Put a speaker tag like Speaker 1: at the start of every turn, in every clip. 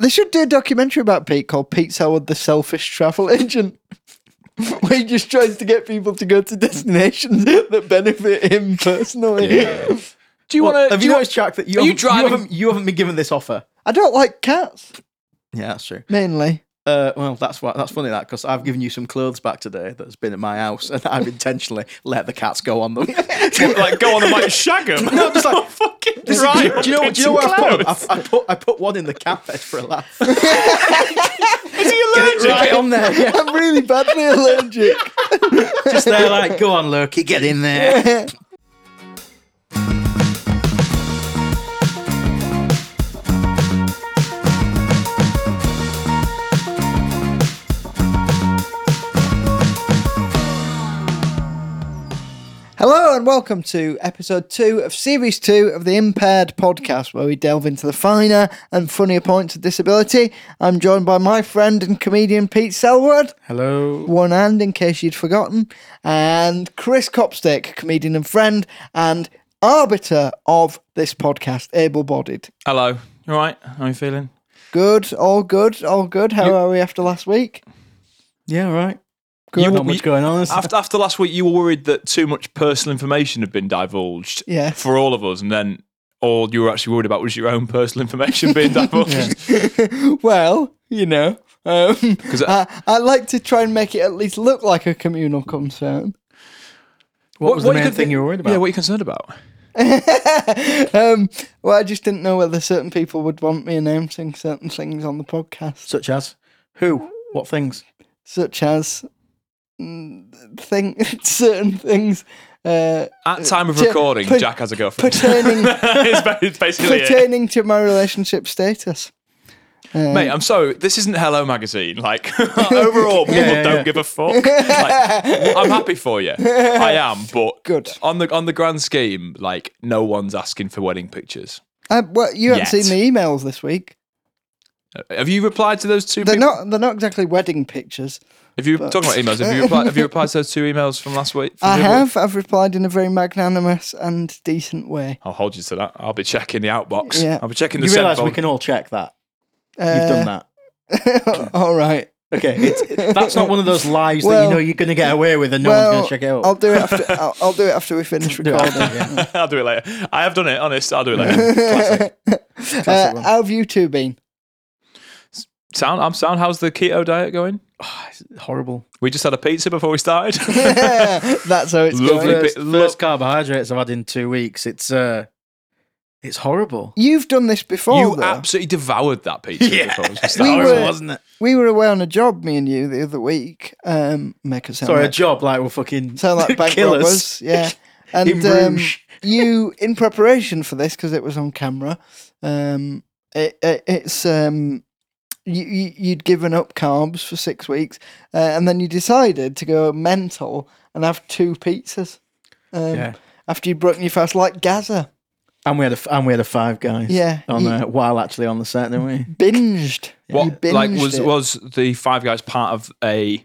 Speaker 1: They should do a documentary about Pete called Pete's Howard the Selfish Travel Agent. Where he just tries to get people to go to destinations that benefit him personally.
Speaker 2: Do you want to?
Speaker 3: Have you noticed, Jack, that you,
Speaker 2: Are you
Speaker 3: haven't,
Speaker 2: driving-
Speaker 3: haven't, you haven't been given this offer?
Speaker 1: I don't like cats,
Speaker 3: Yeah, that's true.
Speaker 1: mainly.
Speaker 3: Uh, well, that's why that's funny that because I've given you some clothes back today that's been at my house, and I've intentionally let the cats go on them.
Speaker 2: like go on and like shag them?
Speaker 3: No, just like-
Speaker 2: fucking
Speaker 3: This is-
Speaker 2: right.
Speaker 3: do you know? Do you know where I put, 'em? I, I put? I put one in the cat bed for a laugh. Get
Speaker 2: Is he allergic?
Speaker 3: it on there. Yeah.
Speaker 1: I'm really badly allergic.
Speaker 3: Just there, like, go on, Lurky, get in there.
Speaker 1: Hello and welcome to episode two of series two of the Impaired podcast, where we delve into the finer and funnier points of disability. I'm joined by my friend and comedian Pete Selwood,
Speaker 3: Hello.
Speaker 1: one hand in case you'd forgotten, and Chris Copstick, comedian and friend, and arbiter of this podcast, able bodied.
Speaker 2: Hello. You all right? How are you feeling?
Speaker 1: Good, all good, all good. How are we after last week?
Speaker 3: Yeah, all right.
Speaker 1: Good.
Speaker 3: Not much going on. is there?
Speaker 2: After, after last week, you were worried that too much personal information had been divulged
Speaker 1: Yes.
Speaker 2: for all of us, and then all you were actually worried about was your own personal information being divulged.
Speaker 1: well, you know, um,
Speaker 2: 'Cause uh,
Speaker 3: Uh,
Speaker 2: I-
Speaker 1: I, I like to try and make it at least look like a communal concern.
Speaker 3: What was the main
Speaker 2: con-
Speaker 3: thing you were worried about?
Speaker 2: Yeah, what are you concerned about?
Speaker 1: Um, well, I just didn't know whether certain people would want me announcing certain things on the podcast,
Speaker 3: Such as who? What things?
Speaker 1: such as mm, thing, certain things uh,
Speaker 2: At time of
Speaker 1: J-
Speaker 2: recording,
Speaker 1: put-
Speaker 2: Jack has a girlfriend.
Speaker 1: pertaining
Speaker 2: it's ba- it's basically it.
Speaker 1: pertaining to my relationship status.
Speaker 2: Mate, I'm sorry. This isn't Hello Magazine. Like overall, people
Speaker 3: yeah,
Speaker 2: don't
Speaker 3: yeah.
Speaker 2: give a fuck. Like, I'm happy for you. I am, but
Speaker 1: Good.
Speaker 2: on the on the grand scheme, like no one's asking for wedding pictures.
Speaker 1: Uh, well, you haven't
Speaker 2: Yet.
Speaker 1: seen the emails this week.
Speaker 2: Have you replied to those 2
Speaker 1: They're
Speaker 2: people?
Speaker 1: not. They're not exactly wedding pictures.
Speaker 2: If you talking about emails, have you replied? Have you replied to those two emails from last week? From
Speaker 1: I
Speaker 2: the other week?
Speaker 1: have. I've replied in a very magnanimous and decent way.
Speaker 2: I'll hold you to that. I'll be checking the outbox.
Speaker 1: Yeah.
Speaker 2: I'll be checking the
Speaker 3: You
Speaker 2: send
Speaker 3: realise we
Speaker 2: folder.
Speaker 3: can all check that. You've done that.
Speaker 1: that. Uh, All right.
Speaker 3: Okay, it's, that's not one of those lies
Speaker 1: Well-
Speaker 3: that you know you're going to get away with and no
Speaker 1: well,
Speaker 3: one's going to check it out.
Speaker 1: I'll do it after. I'll, I'll do it after we finish
Speaker 3: Do it
Speaker 1: recording.
Speaker 3: after, yeah.
Speaker 2: I'll do it later. I have done it. Honest, I'll do it later.
Speaker 1: Uh, how have you two been?
Speaker 2: sound. I'm sound. How's the keto diet going?
Speaker 3: Horrible.
Speaker 2: We just had a pizza before we started.
Speaker 1: That's how it's
Speaker 2: Lovely
Speaker 1: going.
Speaker 2: bit.
Speaker 3: First, first carbohydrates I've had in two weeks. It's uh, it's horrible.
Speaker 1: You've done this before.
Speaker 2: You
Speaker 1: though.
Speaker 2: absolutely devoured that pizza. before we started.
Speaker 1: We
Speaker 3: horrible,
Speaker 1: were-
Speaker 3: wasn't it?
Speaker 1: we were away on a job, me and you, the other week. Um, make us sound
Speaker 3: Sorry, a
Speaker 1: like,
Speaker 3: job like we're fucking
Speaker 1: sound like bank
Speaker 3: killers.
Speaker 1: robbers. Yeah. And
Speaker 3: In
Speaker 1: um,
Speaker 3: Bruges.
Speaker 1: you, in preparation for this, because it was on camera, um, it, it, it's um, you, you, you'd given up carbs for six weeks, uh, and then you decided to go mental and have two pizzas. Um,
Speaker 3: Yeah.
Speaker 1: After you'd broken your fast, like Gaza,
Speaker 3: And we had a and we had a five guys.
Speaker 1: Yeah,
Speaker 3: On
Speaker 1: you-
Speaker 3: uh, while actually on the set, didn't we?
Speaker 1: binged. You
Speaker 2: What
Speaker 1: binged
Speaker 2: like was
Speaker 1: it.
Speaker 2: was the Five Guys part of a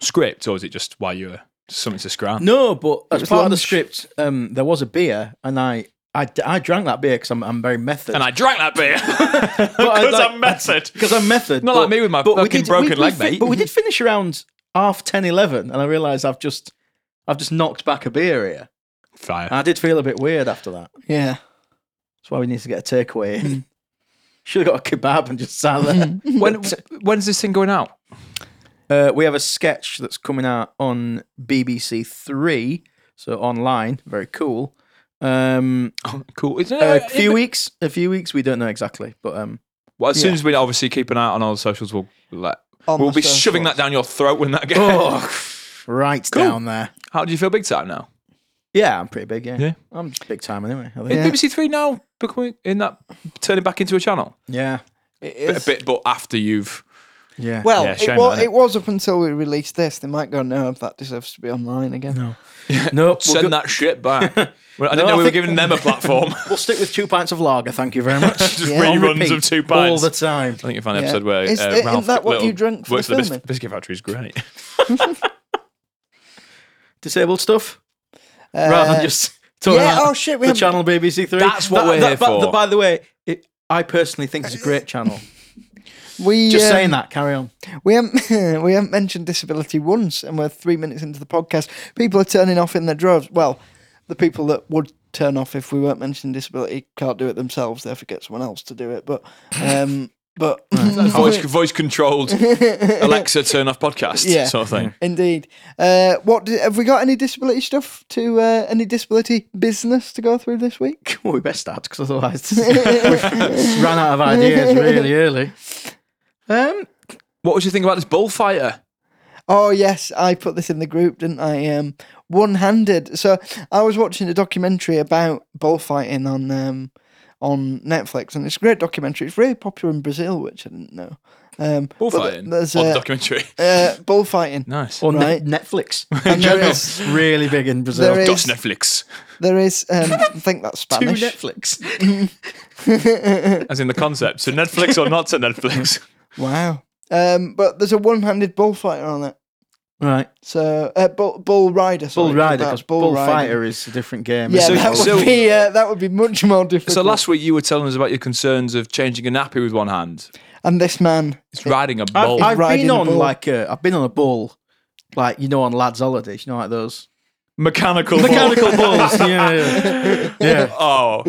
Speaker 2: script, or was it just while you were something to scram?
Speaker 3: No, but as
Speaker 1: was
Speaker 3: part of the
Speaker 1: lunch.
Speaker 3: script, um, there was a beer, and I I, I drank that beer because I'm I'm very method.
Speaker 2: And I drank that beer
Speaker 3: I
Speaker 2: because
Speaker 3: like-
Speaker 2: I'm method.
Speaker 3: because I'm method.
Speaker 2: Not
Speaker 3: but-
Speaker 2: like me with my
Speaker 3: but we
Speaker 2: fucking
Speaker 3: did-
Speaker 2: broken
Speaker 3: we- we
Speaker 2: leg,
Speaker 3: fi-
Speaker 2: mate.
Speaker 3: But we did finish around half 10, 11, and I realised I've just I've just knocked back a beer here.
Speaker 2: Fire.
Speaker 3: And I did feel a bit weird after that.
Speaker 1: Yeah.
Speaker 3: That's why we need to get a takeaway.
Speaker 2: Hmm.
Speaker 3: in. Should have got a kebab and just sat there.
Speaker 2: when when's this thing going out?
Speaker 3: uh, we have a sketch that's coming out on BBC Three, so online, very cool. Um,
Speaker 2: Cool. It's,
Speaker 3: a few weeks, a few weeks. We don't know exactly, but um,
Speaker 2: Well, as soon as we obviously keep an eye on all the socials, we'll let.
Speaker 1: On
Speaker 2: we'll
Speaker 1: the
Speaker 2: be shoving that down your throat when that gets.
Speaker 3: right down there.
Speaker 2: How do you feel big time now?
Speaker 3: Yeah, I'm pretty big. Yeah,
Speaker 2: Yeah.
Speaker 3: I'm big time anyway. I think.
Speaker 2: Is BBC Three now becoming in that turning back into a channel.
Speaker 3: yeah.
Speaker 1: It
Speaker 2: Bit-
Speaker 1: is.
Speaker 2: a bit, but after you've
Speaker 3: yeah.
Speaker 1: Well,
Speaker 2: Yeah,
Speaker 1: it,
Speaker 2: shame
Speaker 1: was,
Speaker 2: about it.
Speaker 1: it was up until we released this. They might go, no, that deserves to be online again.
Speaker 3: no, we'll,
Speaker 2: send
Speaker 3: go-
Speaker 2: that shit back. Well, I didn't
Speaker 3: No,
Speaker 2: know
Speaker 3: I
Speaker 2: we were
Speaker 3: think-
Speaker 2: giving them a platform.
Speaker 3: we'll stick with two pints of lager. Thank you very much.
Speaker 2: Just
Speaker 1: Yeah.
Speaker 3: On
Speaker 2: reruns
Speaker 3: repeat
Speaker 2: of two
Speaker 3: all
Speaker 2: pints.
Speaker 3: the time.
Speaker 2: I think you find an
Speaker 1: Yeah.
Speaker 2: episode where
Speaker 1: Is-
Speaker 2: uh,
Speaker 1: isn't
Speaker 2: Ralph
Speaker 1: that what
Speaker 2: Little
Speaker 1: you drank for
Speaker 2: works
Speaker 1: the
Speaker 2: at bis-
Speaker 1: filming?
Speaker 2: biscuit factory is great.
Speaker 3: Disabled stuff.
Speaker 1: Uh,
Speaker 3: rather than just talking
Speaker 1: yeah,
Speaker 3: about
Speaker 1: oh shit, we
Speaker 3: the
Speaker 1: haven't-
Speaker 3: channel BBC Three.
Speaker 2: That's what we're here for.
Speaker 3: by the way, it, I personally think it's a great channel.
Speaker 1: We
Speaker 3: Just
Speaker 1: um,
Speaker 3: saying that. Carry on.
Speaker 1: We haven't, we haven't mentioned disability once, and we're three minutes into the podcast. People are turning off in their droves. Well, the people that would turn off if we weren't mentioning disability can't do it themselves. They have to get someone else to do it. But, um, but
Speaker 2: voice voice controlled Alexa turn off podcast
Speaker 1: Yeah.
Speaker 2: sort of thing.
Speaker 1: indeed, uh, what do- have we got? Any disability stuff to uh, any disability business to go through this week?
Speaker 3: Well, we best start because otherwise we've run out of ideas really early. Um,
Speaker 2: What would you think about this bullfighter?
Speaker 1: Oh yes, I put this in the group, didn't I? Um, one-handed. So I was watching a documentary about bullfighting on um, on Netflix, and it's a great documentary. It's really popular in Brazil, which I didn't know. Um, but
Speaker 2: Bullfighting.
Speaker 1: there's
Speaker 2: Or the
Speaker 1: uh,
Speaker 2: documentary.
Speaker 1: uh, bullfighting.
Speaker 2: Nice.
Speaker 3: or
Speaker 1: Right.
Speaker 3: Net- Netflix.
Speaker 1: And there
Speaker 3: General.
Speaker 1: is-
Speaker 3: really big in Brazil.
Speaker 1: there is-
Speaker 2: Dutch Netflix,
Speaker 1: There is, um, I think that's
Speaker 3: Two
Speaker 1: Spanish.
Speaker 3: Netflix.
Speaker 2: as in the concept. So Netflix or not to Netflix.
Speaker 1: wow. Um, but there's a one-handed bullfighter on it.
Speaker 3: Right.
Speaker 1: So uh, bull, bull rider. Sorry,
Speaker 3: Bull Rider
Speaker 1: about
Speaker 3: because
Speaker 1: bull
Speaker 3: Bull
Speaker 1: riding.
Speaker 3: Fighter is a different game.
Speaker 1: Yeah,
Speaker 2: So-
Speaker 1: that would
Speaker 2: so-
Speaker 1: be uh, that would be much more difficult.
Speaker 2: So last week you were telling us about your concerns of changing a nappy with one hand.
Speaker 1: and this man,
Speaker 2: It's riding a
Speaker 3: I've,
Speaker 2: bull.
Speaker 3: I've
Speaker 1: Riding
Speaker 3: been
Speaker 1: a
Speaker 3: on
Speaker 1: bull.
Speaker 3: like a, I've been on a bull, like you know, on lads' holidays. You know, like those
Speaker 2: mechanical
Speaker 3: mechanical
Speaker 2: bull.
Speaker 3: bulls. Yeah, yeah. yeah.
Speaker 2: Oh,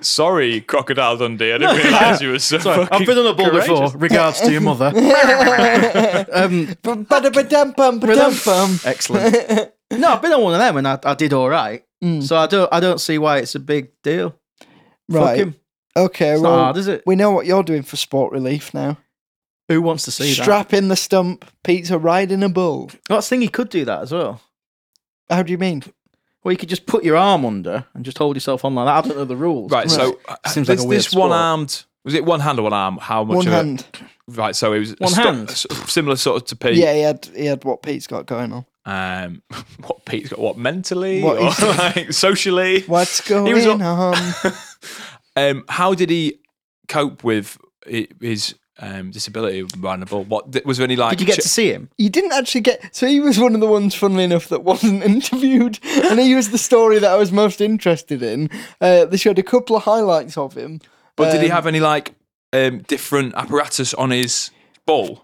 Speaker 2: sorry, Crocodile Dundee. I didn't realise you were so fucking
Speaker 3: I've been on a bull
Speaker 2: courageous.
Speaker 3: before. Regards to your mother. um,
Speaker 1: Ba-da-ba-dum-bum-ba-dum-bum.
Speaker 3: excellent. No, I've been on one of them and I, I did all right. So I don't I don't see why it's a big deal. Fuck
Speaker 1: Right.
Speaker 3: him.
Speaker 1: Okay,
Speaker 3: It's not
Speaker 1: well,
Speaker 3: hard, is it?
Speaker 1: we know what you're doing for sport relief now.
Speaker 3: Who wants to see
Speaker 1: Strap in the stump, pizza riding a bull.
Speaker 3: that? Well, I think he could do that as well.
Speaker 1: How do you mean?
Speaker 3: Well, you could just put your arm under and just hold yourself on like that. I don't know the rules.
Speaker 2: Right, so uh,
Speaker 3: Seems like
Speaker 2: this,
Speaker 3: a weird
Speaker 2: this
Speaker 3: sport.
Speaker 2: one armed was it one hand or one arm? How much
Speaker 1: One
Speaker 2: of
Speaker 1: hand.
Speaker 2: it? Right, so it was a
Speaker 3: One
Speaker 2: stu-
Speaker 3: hand?
Speaker 2: a s- similar sort of to Pete.
Speaker 1: Yeah, he had he had what Pete's got going on.
Speaker 2: Um, what Pete's got? What mentally?
Speaker 1: What
Speaker 2: or,
Speaker 1: is-
Speaker 2: like, socially?
Speaker 1: What's going
Speaker 2: was on-
Speaker 1: on?
Speaker 2: Um, how did he cope with i- his um, disability of riding a bull? What th- was there any like?
Speaker 3: Did you get
Speaker 2: ch-
Speaker 3: to see him?
Speaker 1: you didn't actually get. So he was one of the ones, funnily enough, that wasn't interviewed, and he was the story that I was most interested in. Uh, they showed a couple of highlights of him.
Speaker 2: but did he
Speaker 1: um,
Speaker 2: have any like um, different apparatus on his bull?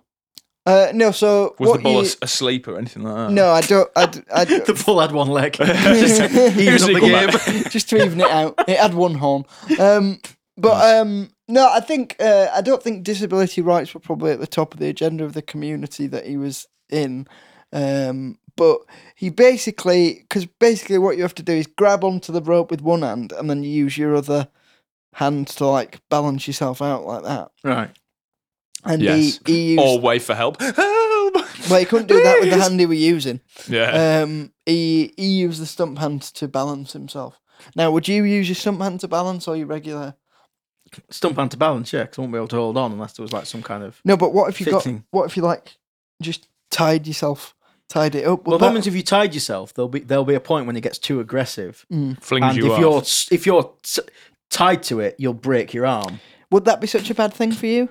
Speaker 1: Uh, no, so
Speaker 2: Was
Speaker 1: what
Speaker 2: the bull
Speaker 1: you-
Speaker 2: as- asleep or anything like that?
Speaker 1: No, I don't. I, d- I d-
Speaker 3: The bull had one leg. Just
Speaker 2: Here's
Speaker 3: even up the
Speaker 2: equal
Speaker 3: game.
Speaker 2: match.
Speaker 1: just to even it out. It had one horn. Um, but um, no, I think uh, I don't think disability rights were probably at the top of the agenda of the community that he was in. Um, but he basically, because basically what you have to do is grab onto the rope with one hand and then you use your other hand to like balance yourself out like that.
Speaker 3: Right.
Speaker 1: And
Speaker 2: Yes. Oh.
Speaker 1: he, he used.
Speaker 2: Or wait for help. Help!
Speaker 3: Uh,
Speaker 1: well, he couldn't do that with the
Speaker 2: Please!
Speaker 1: hand he were using.
Speaker 2: Yeah.
Speaker 1: Um, he he used the stump hand to balance himself. Now, would you use your stump hand to balance or your regular?
Speaker 3: Stump hand to balance, yeah, because I wouldn't be able to hold on unless there was like some kind of.
Speaker 1: No, but what if you got?
Speaker 3: Fixing.
Speaker 1: What if you like just tied yourself, tied it up?
Speaker 3: Well,
Speaker 1: Well,
Speaker 3: that
Speaker 1: that-
Speaker 3: means if you tied yourself, there'll be there'll be a point when it gets too aggressive,
Speaker 2: Flings
Speaker 3: and
Speaker 2: you
Speaker 3: if
Speaker 2: off.
Speaker 3: you're s- if you're t- tied to it, you'll break your arm.
Speaker 1: would that be such a bad thing for you?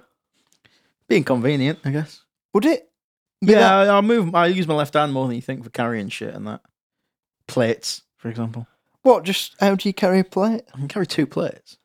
Speaker 3: Be inconvenient, I guess.
Speaker 1: Would it? Be
Speaker 3: Yeah,
Speaker 1: that-
Speaker 3: I, I move. I use my left hand more than you think for carrying shit and that. Plates, for example.
Speaker 1: What? Just how do you carry a plate?
Speaker 3: I can carry two plates.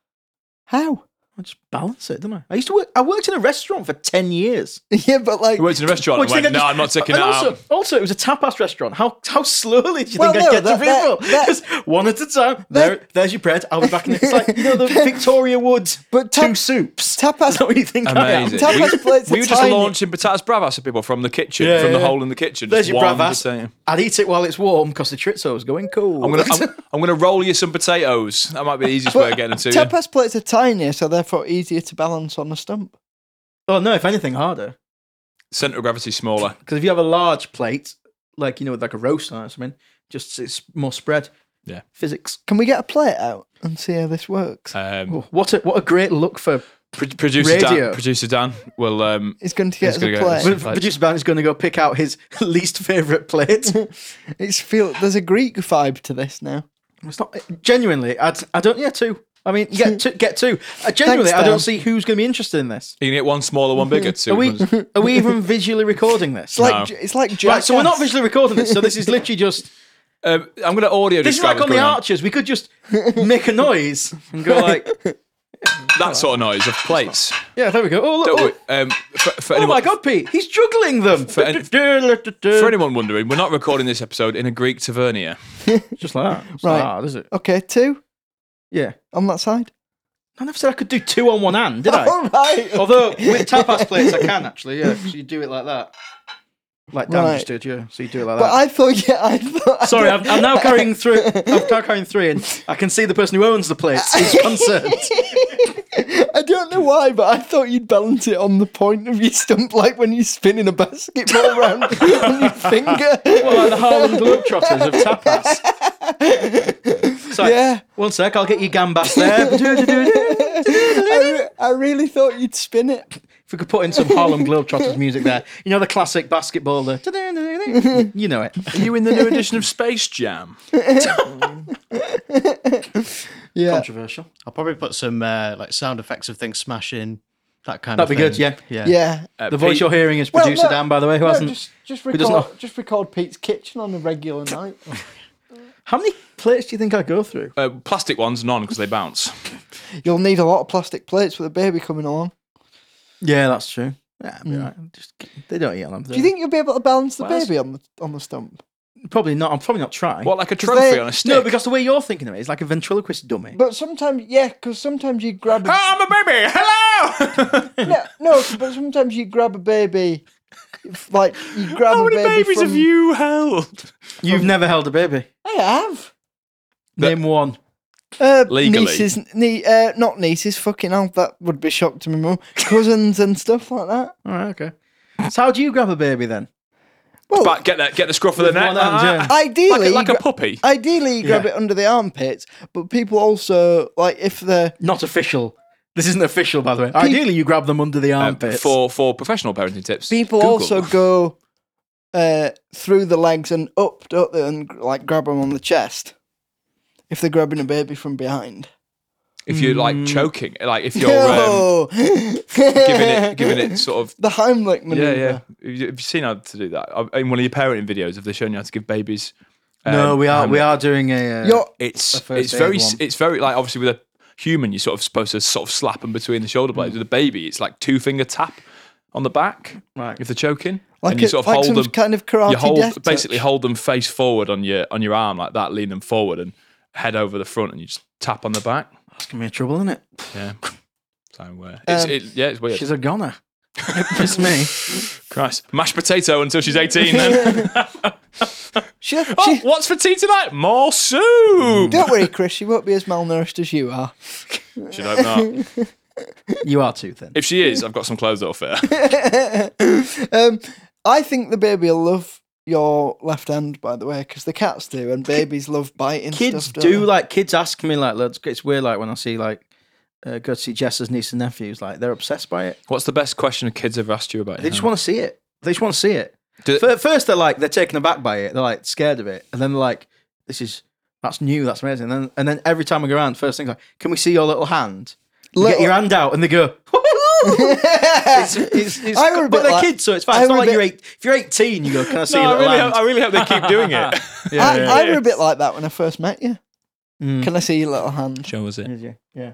Speaker 1: How?
Speaker 3: I just balance it, don't I? I used to work. I worked in a restaurant for ten years.
Speaker 1: yeah, but like.
Speaker 2: He worked in a restaurant
Speaker 3: What
Speaker 2: and
Speaker 3: do you
Speaker 2: went,
Speaker 3: think I
Speaker 2: no,
Speaker 3: just-
Speaker 2: I'm not taking that
Speaker 3: and also,
Speaker 2: out.
Speaker 3: Also, it was a tapas restaurant. How how slowly do you
Speaker 1: Well,
Speaker 3: think
Speaker 1: no,
Speaker 3: I get
Speaker 1: that-
Speaker 3: to
Speaker 1: that-
Speaker 3: people?
Speaker 1: that-
Speaker 3: Just one at a time. there, there's your bread. I'll be back. In it's like you know the Victoria Woods.
Speaker 1: But
Speaker 3: two
Speaker 1: tap-
Speaker 3: soups.
Speaker 1: tapas-
Speaker 3: Is that what you think? I am?
Speaker 2: Amazing.
Speaker 1: Tapas plates
Speaker 2: We
Speaker 1: are
Speaker 2: were just
Speaker 1: tiny.
Speaker 2: launching patatas bravas to people from the kitchen,
Speaker 3: Yeah,
Speaker 2: from the
Speaker 3: yeah.
Speaker 2: hole in the kitchen.
Speaker 3: There's
Speaker 2: just
Speaker 3: your
Speaker 2: one
Speaker 3: bravas.
Speaker 2: potato.
Speaker 3: I'd eat it while it's warm because the chorizo's going cool.
Speaker 2: I'm gonna, I'm, I'm gonna roll you some potatoes. That might be the easiest way of getting them to you.
Speaker 1: Tapas plates are tinier, so therefore easier to balance on a stump.
Speaker 3: oh no! If anything, harder.
Speaker 2: Center of gravity smaller.
Speaker 3: Because if you have a large plate, like you know, with like a roast on it or something, just it's more spread.
Speaker 2: Yeah.
Speaker 3: Physics.
Speaker 1: Can we get a plate out and see how this works?
Speaker 2: Um,
Speaker 3: Oh, what a what a great look for
Speaker 2: pro- producer
Speaker 3: Radio.
Speaker 2: Dan. Producer Dan will. Um,
Speaker 1: He's going to get us
Speaker 2: He's
Speaker 1: a
Speaker 2: gonna get us.
Speaker 1: plate.
Speaker 2: Well,
Speaker 3: But producer Dan is going to go pick out his least favorite plate.
Speaker 1: It's feel there's a Greek vibe to this now.
Speaker 3: it's not genuinely. I'd, I don't. Yeah, two. I mean, you get two. Get two. Uh, genuinely,
Speaker 1: Thanks,
Speaker 3: I don't
Speaker 1: Dan.
Speaker 3: see who's going to be interested in this.
Speaker 2: you can get one smaller, one bigger.
Speaker 3: Are
Speaker 2: Two
Speaker 3: we? Are we even visually recording this?
Speaker 1: It's like
Speaker 2: No.
Speaker 1: it's like
Speaker 3: right. So we're not
Speaker 1: Jackass.
Speaker 3: visually recording this. So this is literally just.
Speaker 2: um, I'm gonna audio
Speaker 3: This is
Speaker 2: describe
Speaker 3: like on the
Speaker 2: what's going on.
Speaker 3: Archers. We could just make a noise and go like.
Speaker 2: That sort of noise of plates.
Speaker 3: Yeah, there we go. Oh, look.
Speaker 2: Don't
Speaker 3: oh,
Speaker 2: worry. Um, for, for
Speaker 3: oh
Speaker 2: anyone,
Speaker 3: my God, Pete, he's juggling them.
Speaker 2: any- For anyone wondering, we're not recording this episode in a Greek tavernia.
Speaker 3: Just like that. It's
Speaker 1: Right.
Speaker 3: not hard, is it?
Speaker 1: Okay, two
Speaker 3: Yeah.
Speaker 1: on that side.
Speaker 3: I never said I could do two on one hand, did I?
Speaker 1: All right.
Speaker 3: Although with tapas plates, I can actually. Yeah, so you do it like that. Like Dan
Speaker 1: Right.
Speaker 3: just did, yeah. So you do it like
Speaker 1: But
Speaker 3: that.
Speaker 1: I thought, yeah, I thought.
Speaker 3: Sorry, I'm, I'm now carrying through. I'm now carrying three, and I can see the person who owns the plates is concerned.
Speaker 1: I don't know why, but I thought you'd balance it on the point of your stump, like when you're spinning a basketball around on your finger.
Speaker 3: Well, like the Harlem Globetrotters of tapas. So
Speaker 1: Yeah.
Speaker 3: One sec, I'll get you gambas there. if
Speaker 1: I, re- I really thought you'd spin it.
Speaker 3: we could put in some Harlem Globetrotters music there, you know the classic basketball. The you know it.
Speaker 2: Are you in the new edition of Space Jam?
Speaker 1: Yeah.
Speaker 3: Controversial.
Speaker 4: I'll probably put some uh, like sound effects of things smashing, that kind of
Speaker 3: That'd be
Speaker 4: thing.
Speaker 3: good. Yeah, yeah.
Speaker 1: Yeah.
Speaker 2: Uh,
Speaker 3: The voice
Speaker 2: Pete-
Speaker 3: you're hearing is
Speaker 1: Well,
Speaker 3: producer
Speaker 1: no-
Speaker 3: Dan, by the way, who
Speaker 1: No,
Speaker 3: hasn't.
Speaker 1: just, just,
Speaker 3: doesn't
Speaker 1: record, just record Pete's kitchen on a regular night.
Speaker 3: How many plates do you think I go through?
Speaker 2: Uh, plastic ones, none, because they bounce.
Speaker 1: You'll need a lot of plastic plates with a baby coming along.
Speaker 3: Yeah, that's true. Yeah, I'd be right. Just, they don't eat on them.
Speaker 1: Hmm. Do you think you'll be able to balance the
Speaker 2: Well, that's-
Speaker 1: baby on the on the stump?
Speaker 3: Probably not. I'm probably not trying.
Speaker 2: What, like a trophy
Speaker 1: they-
Speaker 2: on a stick?
Speaker 3: No, because the way you're thinking of it is like a ventriloquist dummy.
Speaker 1: But sometimes, yeah, because sometimes you grab. A,
Speaker 2: Oh, I'm a baby. Hello.
Speaker 1: no, no, but sometimes you grab a baby. if, Like you grab
Speaker 2: How
Speaker 1: a
Speaker 2: many
Speaker 1: baby
Speaker 2: babies
Speaker 1: from,
Speaker 2: have you held?
Speaker 3: You've never held a baby.
Speaker 1: I have.
Speaker 3: Name one.
Speaker 1: Uh,
Speaker 2: Legally.
Speaker 1: nieces, nie- uh, not nieces. Fucking hell, that would be shock to my mum. Cousins and stuff like that.
Speaker 3: All right, okay. So how do you grab a baby then?
Speaker 1: Well,
Speaker 2: Back, get that. Get the scruff of the
Speaker 3: With
Speaker 2: neck.
Speaker 3: one hand,
Speaker 2: like that.
Speaker 1: ideally,
Speaker 2: Like, a- like
Speaker 1: you
Speaker 2: a
Speaker 1: gra-
Speaker 2: puppy.
Speaker 1: ideally you grab it under the armpits. But people also like if they're
Speaker 3: Not official. This isn't official, by the way. Ideally, you grab them under the
Speaker 2: Um,
Speaker 3: armpits.
Speaker 2: for for professional parenting tips.
Speaker 1: people
Speaker 2: Google.
Speaker 1: also go uh, through the legs and up, don't they, and like grab them on the chest if they're grabbing a baby from behind.
Speaker 2: if you're
Speaker 3: Mm.
Speaker 2: like choking, like if you're um,
Speaker 1: Oh,
Speaker 2: giving it giving it sort of
Speaker 1: the Heimlich maneuver.
Speaker 2: yeah yeah. Have you have you seen how to do that I- in one of your parenting videos? Have they shown you how to give babies?
Speaker 3: no,
Speaker 2: um,
Speaker 3: we are
Speaker 2: hand-
Speaker 3: we are doing a. Uh,
Speaker 1: You're,
Speaker 2: It's
Speaker 3: first
Speaker 2: it's
Speaker 3: aid
Speaker 2: very s-
Speaker 3: one.
Speaker 2: it's very like obviously with a human you're sort of supposed to sort of slap them between the shoulder
Speaker 3: Mm.
Speaker 2: blades. With a baby, it's like two finger tap on the back
Speaker 3: Right.
Speaker 2: if they're choking,
Speaker 1: like,
Speaker 2: and you
Speaker 1: a-
Speaker 2: sort of
Speaker 1: like
Speaker 2: hold
Speaker 1: some
Speaker 2: them.
Speaker 1: kind of karate
Speaker 2: you
Speaker 1: death
Speaker 2: hold basically
Speaker 1: touch.
Speaker 2: hold them face forward on your on your arm like that, lean them forward and head over the front, and you just tap on the back.
Speaker 3: That's gonna be in trouble, isn't it?
Speaker 2: Yeah. So uh, it's,
Speaker 1: Um,
Speaker 2: it, yeah, it's weird.
Speaker 3: She's a goner. It's me.
Speaker 2: Christ, mashed potato until she's eighteen. Then
Speaker 1: She,
Speaker 2: oh,
Speaker 1: she-
Speaker 2: what's for tea tonight? More soup.
Speaker 1: don't worry, Chris. She won't be as malnourished as you are.
Speaker 2: Should hope not.
Speaker 3: You are too thin.
Speaker 2: If she is, I've got some clothes that'll fit. her.
Speaker 1: um, I think the baby will love your left hand, by the way, because the cats do, and babies love biting.
Speaker 3: kids
Speaker 1: stuff, don't
Speaker 3: do
Speaker 1: they?
Speaker 3: like kids ask me like loads. It's weird like when I see like uh, go to see Jess's niece and nephews like they're obsessed by it.
Speaker 2: What's the best question kids have asked you about?
Speaker 3: They just want to see it. They just want to see it.
Speaker 2: Do-
Speaker 3: Fir- First they're like they're taken aback by it. They're like scared of it, and then they're like this is that's new. That's amazing. And then and then every time I go around, first thing's like can we see your little hand? You get
Speaker 1: Little-
Speaker 3: your hand out, and they go. it's, it's, it's,
Speaker 1: I were a
Speaker 3: but
Speaker 1: bit
Speaker 3: they're
Speaker 1: like-
Speaker 3: kids, so it's
Speaker 1: I
Speaker 3: fine. It's
Speaker 1: were
Speaker 3: not
Speaker 1: a
Speaker 3: like
Speaker 1: bit-
Speaker 3: you're eight. If you're 18, you go, "Can I see
Speaker 2: No,
Speaker 3: your
Speaker 2: I
Speaker 3: little
Speaker 2: really,
Speaker 3: hand?"
Speaker 2: hope, I really hope they keep doing it.
Speaker 3: Yeah,
Speaker 1: I,
Speaker 3: yeah,
Speaker 1: I were a bit like that when I first met you.
Speaker 3: Mm.
Speaker 1: Can I see your little hand?
Speaker 2: Show us it.
Speaker 3: yeah, yeah.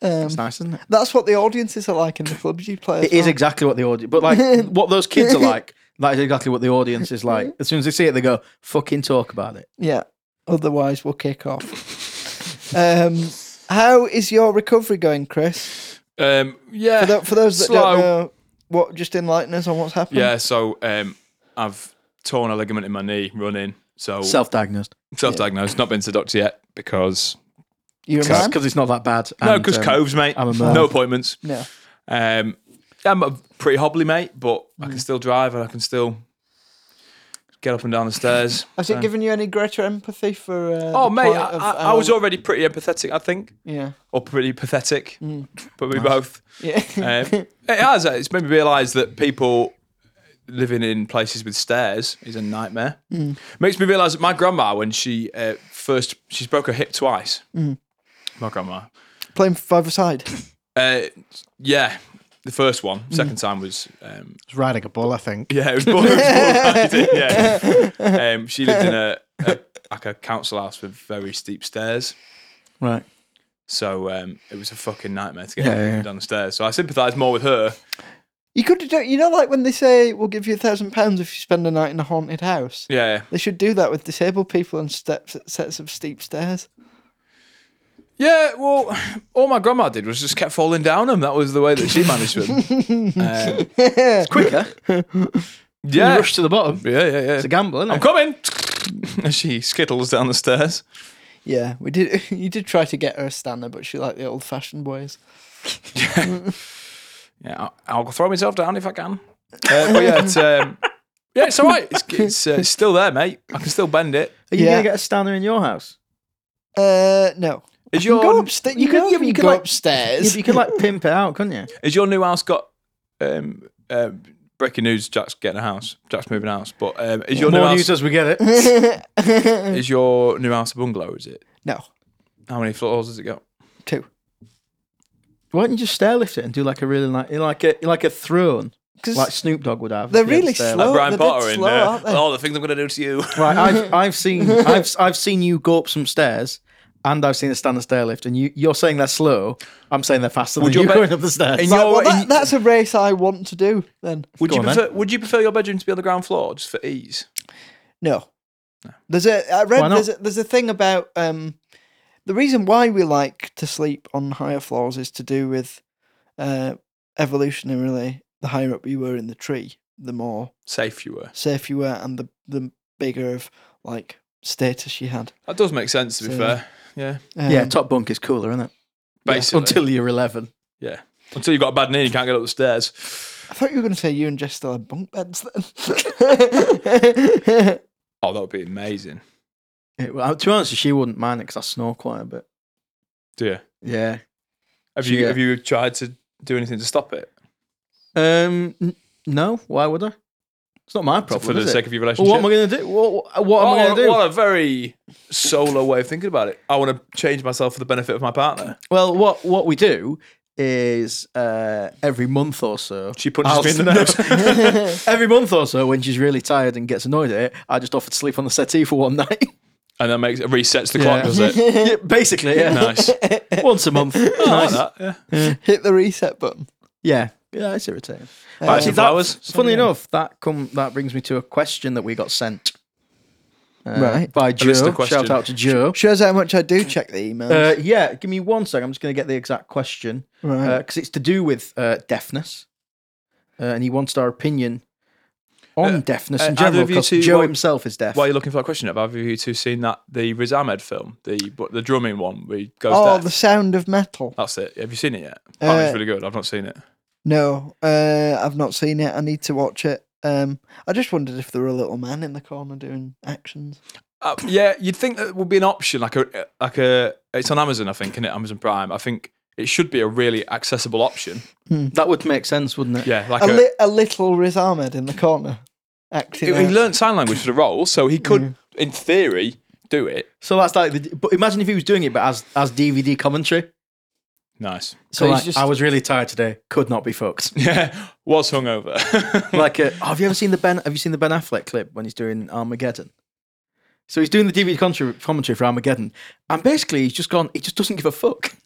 Speaker 1: Um,
Speaker 3: It's nice, isn't it?
Speaker 1: that's what the audiences are like in the clubs you play. as
Speaker 3: It is
Speaker 1: well.
Speaker 3: exactly what the audience, but like what those kids are like. That is exactly what the audience is like. As soon as they see it, they go, "Fucking talk about it."
Speaker 1: yeah. Otherwise, we'll kick off. um, how is your recovery going, Chris?
Speaker 2: Um, yeah.
Speaker 1: For, tho- for those that
Speaker 2: Slow.
Speaker 1: don't know, what just enlighten us on what's happened?
Speaker 2: Yeah, so um, I've torn a ligament in my knee running.
Speaker 3: Oh.
Speaker 2: So
Speaker 3: Self-diagnosed
Speaker 2: self-diagnosed, not been to the doctor yet because
Speaker 1: you're a man.
Speaker 3: because it's not that bad.
Speaker 2: no,
Speaker 3: and,
Speaker 2: because
Speaker 3: um,
Speaker 2: coves, mate.
Speaker 3: I'm a man.
Speaker 2: no appointments.
Speaker 1: No.
Speaker 2: Um, I'm a pretty hobbly, mate, but I
Speaker 3: Mm.
Speaker 2: can still drive and I can still get up and down the stairs.
Speaker 1: Has it given you any greater empathy for? Uh,
Speaker 2: Oh,
Speaker 1: the
Speaker 2: mate,
Speaker 1: plight
Speaker 2: I,
Speaker 1: of
Speaker 2: I, I
Speaker 1: our-
Speaker 3: um,
Speaker 2: was already pretty empathetic, I think,
Speaker 1: Yeah.
Speaker 2: or pretty pathetic, but we both.
Speaker 1: Yeah.
Speaker 2: Um, it has. It's made me realise that people living in places with stairs is a nightmare.
Speaker 3: Mm.
Speaker 2: Makes me realise that my grandma, when she uh, first, she's broke her hip twice.
Speaker 3: Mm.
Speaker 2: My grandma.
Speaker 1: Playing five aside.
Speaker 2: Uh, yeah, the first one,
Speaker 3: Mm.
Speaker 2: second time was um,
Speaker 4: It's riding a bull, I think.
Speaker 2: Yeah, it was born. it was born yeah. Um, she lived in a, a like a council house with very steep stairs,
Speaker 3: Right.
Speaker 2: So um, it was a fucking nightmare to get
Speaker 3: Yeah, yeah, yeah.
Speaker 2: down the stairs. So I sympathised more with her.
Speaker 1: You could do, you know, like when they say we'll give you a thousand pounds if you spend a night in a haunted house.
Speaker 2: Yeah,
Speaker 1: They should do that with disabled people on steps sets of steep stairs.
Speaker 2: yeah. Well, all my grandma did was just kept falling down them. That was the way that she managed them. Uh,
Speaker 3: Quicker.
Speaker 2: yeah,
Speaker 3: Rush to the bottom.
Speaker 2: yeah, yeah, yeah.
Speaker 3: It's a gamble, isn't
Speaker 2: I'm
Speaker 3: it?
Speaker 2: coming. And she skittles down the stairs.
Speaker 1: yeah, we did. You did try to get her a stander, but she liked the old fashioned ways.
Speaker 2: Yeah, I'll, I'll throw myself down if I can. Uh, but yeah, it's, um, yeah, it's all right. It's, it's, uh, it's still there, mate. I can still bend it.
Speaker 3: Are you
Speaker 1: Yeah.
Speaker 3: going to get a stander in your house?
Speaker 1: Uh, no.
Speaker 2: Is
Speaker 1: You
Speaker 2: your um,
Speaker 1: can go upstairs. You,
Speaker 3: you
Speaker 1: can,
Speaker 3: could- yeah, but
Speaker 1: you
Speaker 3: you
Speaker 1: can
Speaker 3: could,
Speaker 1: go
Speaker 3: like-
Speaker 1: upstairs.
Speaker 3: You could like pimp it out, couldn't you?
Speaker 2: Is your new house got um, uh, breaking news? Jack's getting a house. Jack's moving house. But um, is your new
Speaker 3: More
Speaker 2: house
Speaker 3: news as we get it.
Speaker 2: is your new house a bungalow? Is it?
Speaker 1: no,
Speaker 2: How many floors does it got?
Speaker 1: two.
Speaker 3: Why don't you just stair lift it and do like a really like like a like a throne,
Speaker 1: 'Cause
Speaker 3: like Snoop Dogg would have.
Speaker 1: they're
Speaker 3: if he had
Speaker 1: really
Speaker 3: stair lift.
Speaker 2: Like
Speaker 1: Oh,
Speaker 2: Brian
Speaker 1: they're a bit
Speaker 2: Potter in
Speaker 1: slow,
Speaker 2: uh,
Speaker 1: aren't they?
Speaker 2: all the things I'm going to do to you.
Speaker 3: Right, I've, I've seen I've I've seen you go up some stairs, and I've seen a standard stair lift, and you you're saying they're slow. I'm saying they're faster
Speaker 2: Would
Speaker 3: than
Speaker 2: your
Speaker 3: you
Speaker 2: be-
Speaker 3: going up the stairs.
Speaker 2: in
Speaker 1: Right,
Speaker 2: your-
Speaker 1: well, that,
Speaker 2: in-
Speaker 1: that's a race I want to do. Then
Speaker 2: Would
Speaker 3: Go
Speaker 2: you
Speaker 3: on,
Speaker 2: prefer? Would you prefer your bedroom to be on the ground floor, just for ease?
Speaker 1: no. There's a I
Speaker 3: Why
Speaker 1: read
Speaker 3: not?
Speaker 1: there's a, there's a thing about um the reason why we like to sleep on higher floors is to do with uh evolutionarily the higher up you were in the tree the more
Speaker 2: Safe you were.
Speaker 1: safe you were and the the bigger of like status you had.
Speaker 2: That does make sense. To be
Speaker 1: So-
Speaker 2: fair, yeah.
Speaker 1: Um,
Speaker 3: yeah, top bunk is cooler, isn't it?
Speaker 2: Basically, until,
Speaker 3: Until you're 11.
Speaker 2: until you've got a bad knee, and you can't get up the stairs.
Speaker 1: I thought you were going to say you and Jess still had bunk beds then.
Speaker 2: Oh, that would be amazing.
Speaker 3: Yeah, well, to be honest, she wouldn't mind it because I snore quite a bit.
Speaker 2: Do you?
Speaker 3: Yeah.
Speaker 2: Have you
Speaker 3: Yeah.
Speaker 2: have you tried to do anything to stop it?
Speaker 3: Um. n- No. Why would I? It's not my problem.
Speaker 2: for the
Speaker 3: is it?
Speaker 2: sake of your
Speaker 3: Well,
Speaker 2: relationship.
Speaker 3: what am I going to do? What, what am I
Speaker 2: Oh,
Speaker 3: going to do?
Speaker 2: What a very solo way of thinking about it. I want to change myself for the benefit of my partner.
Speaker 3: Well, what what we do is uh, every month or so.
Speaker 2: She punches
Speaker 3: I'll-
Speaker 2: me in the nose.
Speaker 3: every month or so, when she's really tired and gets annoyed at it, I just offer to sleep on the settee for one night.
Speaker 2: and that makes it resets the clock,
Speaker 3: Yeah.
Speaker 2: does it?
Speaker 3: Yeah, basically, yeah.
Speaker 2: Nice.
Speaker 3: Once a month.
Speaker 2: I like
Speaker 3: nice.
Speaker 2: that, yeah.
Speaker 1: Hit the reset button.
Speaker 3: Yeah. Yeah, it's irritating.
Speaker 1: Uh,
Speaker 2: Actually, that was
Speaker 3: Funnily enough, that come that brings me to a question that we got sent. uh,
Speaker 1: Right.
Speaker 3: By
Speaker 2: listener
Speaker 3: Joe.
Speaker 2: question.
Speaker 3: Shout out to Joe.
Speaker 1: Shows how much I do check the emails.
Speaker 3: Uh, yeah, give me one second. I'm just going to get the exact question.
Speaker 1: right.
Speaker 3: because Uh, it's to do with uh, deafness, uh, and he wants our opinion on
Speaker 2: Uh,
Speaker 3: deafness
Speaker 2: uh,
Speaker 3: in
Speaker 2: either
Speaker 3: general.
Speaker 2: of you
Speaker 3: Because
Speaker 2: two
Speaker 3: Joe
Speaker 2: want-
Speaker 3: himself is deaf.
Speaker 2: While you're looking for that question up, have you two seen that the Riz Ahmed film, the but the drumming one where he goes
Speaker 1: oh,
Speaker 2: deaf?
Speaker 1: the sound of metal.
Speaker 2: That's it. Have you seen it yet? Apparently
Speaker 1: Uh,
Speaker 2: it's really good. I've not seen it.
Speaker 1: No, uh, I've not seen it. I need to watch it. Um, I just wondered if there were a little man in the corner doing actions.
Speaker 2: Uh, yeah, you'd think that would be an option, like a like a. It's on Amazon, I think, is it? Amazon Prime. I think it should be a really accessible option.
Speaker 3: that would make sense, wouldn't it?
Speaker 2: Yeah, like
Speaker 1: A,
Speaker 2: a.
Speaker 1: li- a little Riz Ahmed in the corner acting.
Speaker 2: he
Speaker 1: out.
Speaker 2: learned sign language for the role, so he
Speaker 3: Mm.
Speaker 2: could, in theory, do it.
Speaker 3: So that's like, the, but imagine if he was doing it, but as as DVD commentary.
Speaker 2: Nice.
Speaker 3: So,
Speaker 1: he's
Speaker 3: like,
Speaker 1: just-
Speaker 3: I was really tired today. Could not be fucked.
Speaker 2: Yeah, was hungover.
Speaker 3: like, uh, have you ever seen the Ben? Have you seen the Ben Affleck clip when he's doing Armageddon? So he's doing the DVD contra- commentary for Armageddon, and basically he's just gone. He just doesn't give a fuck.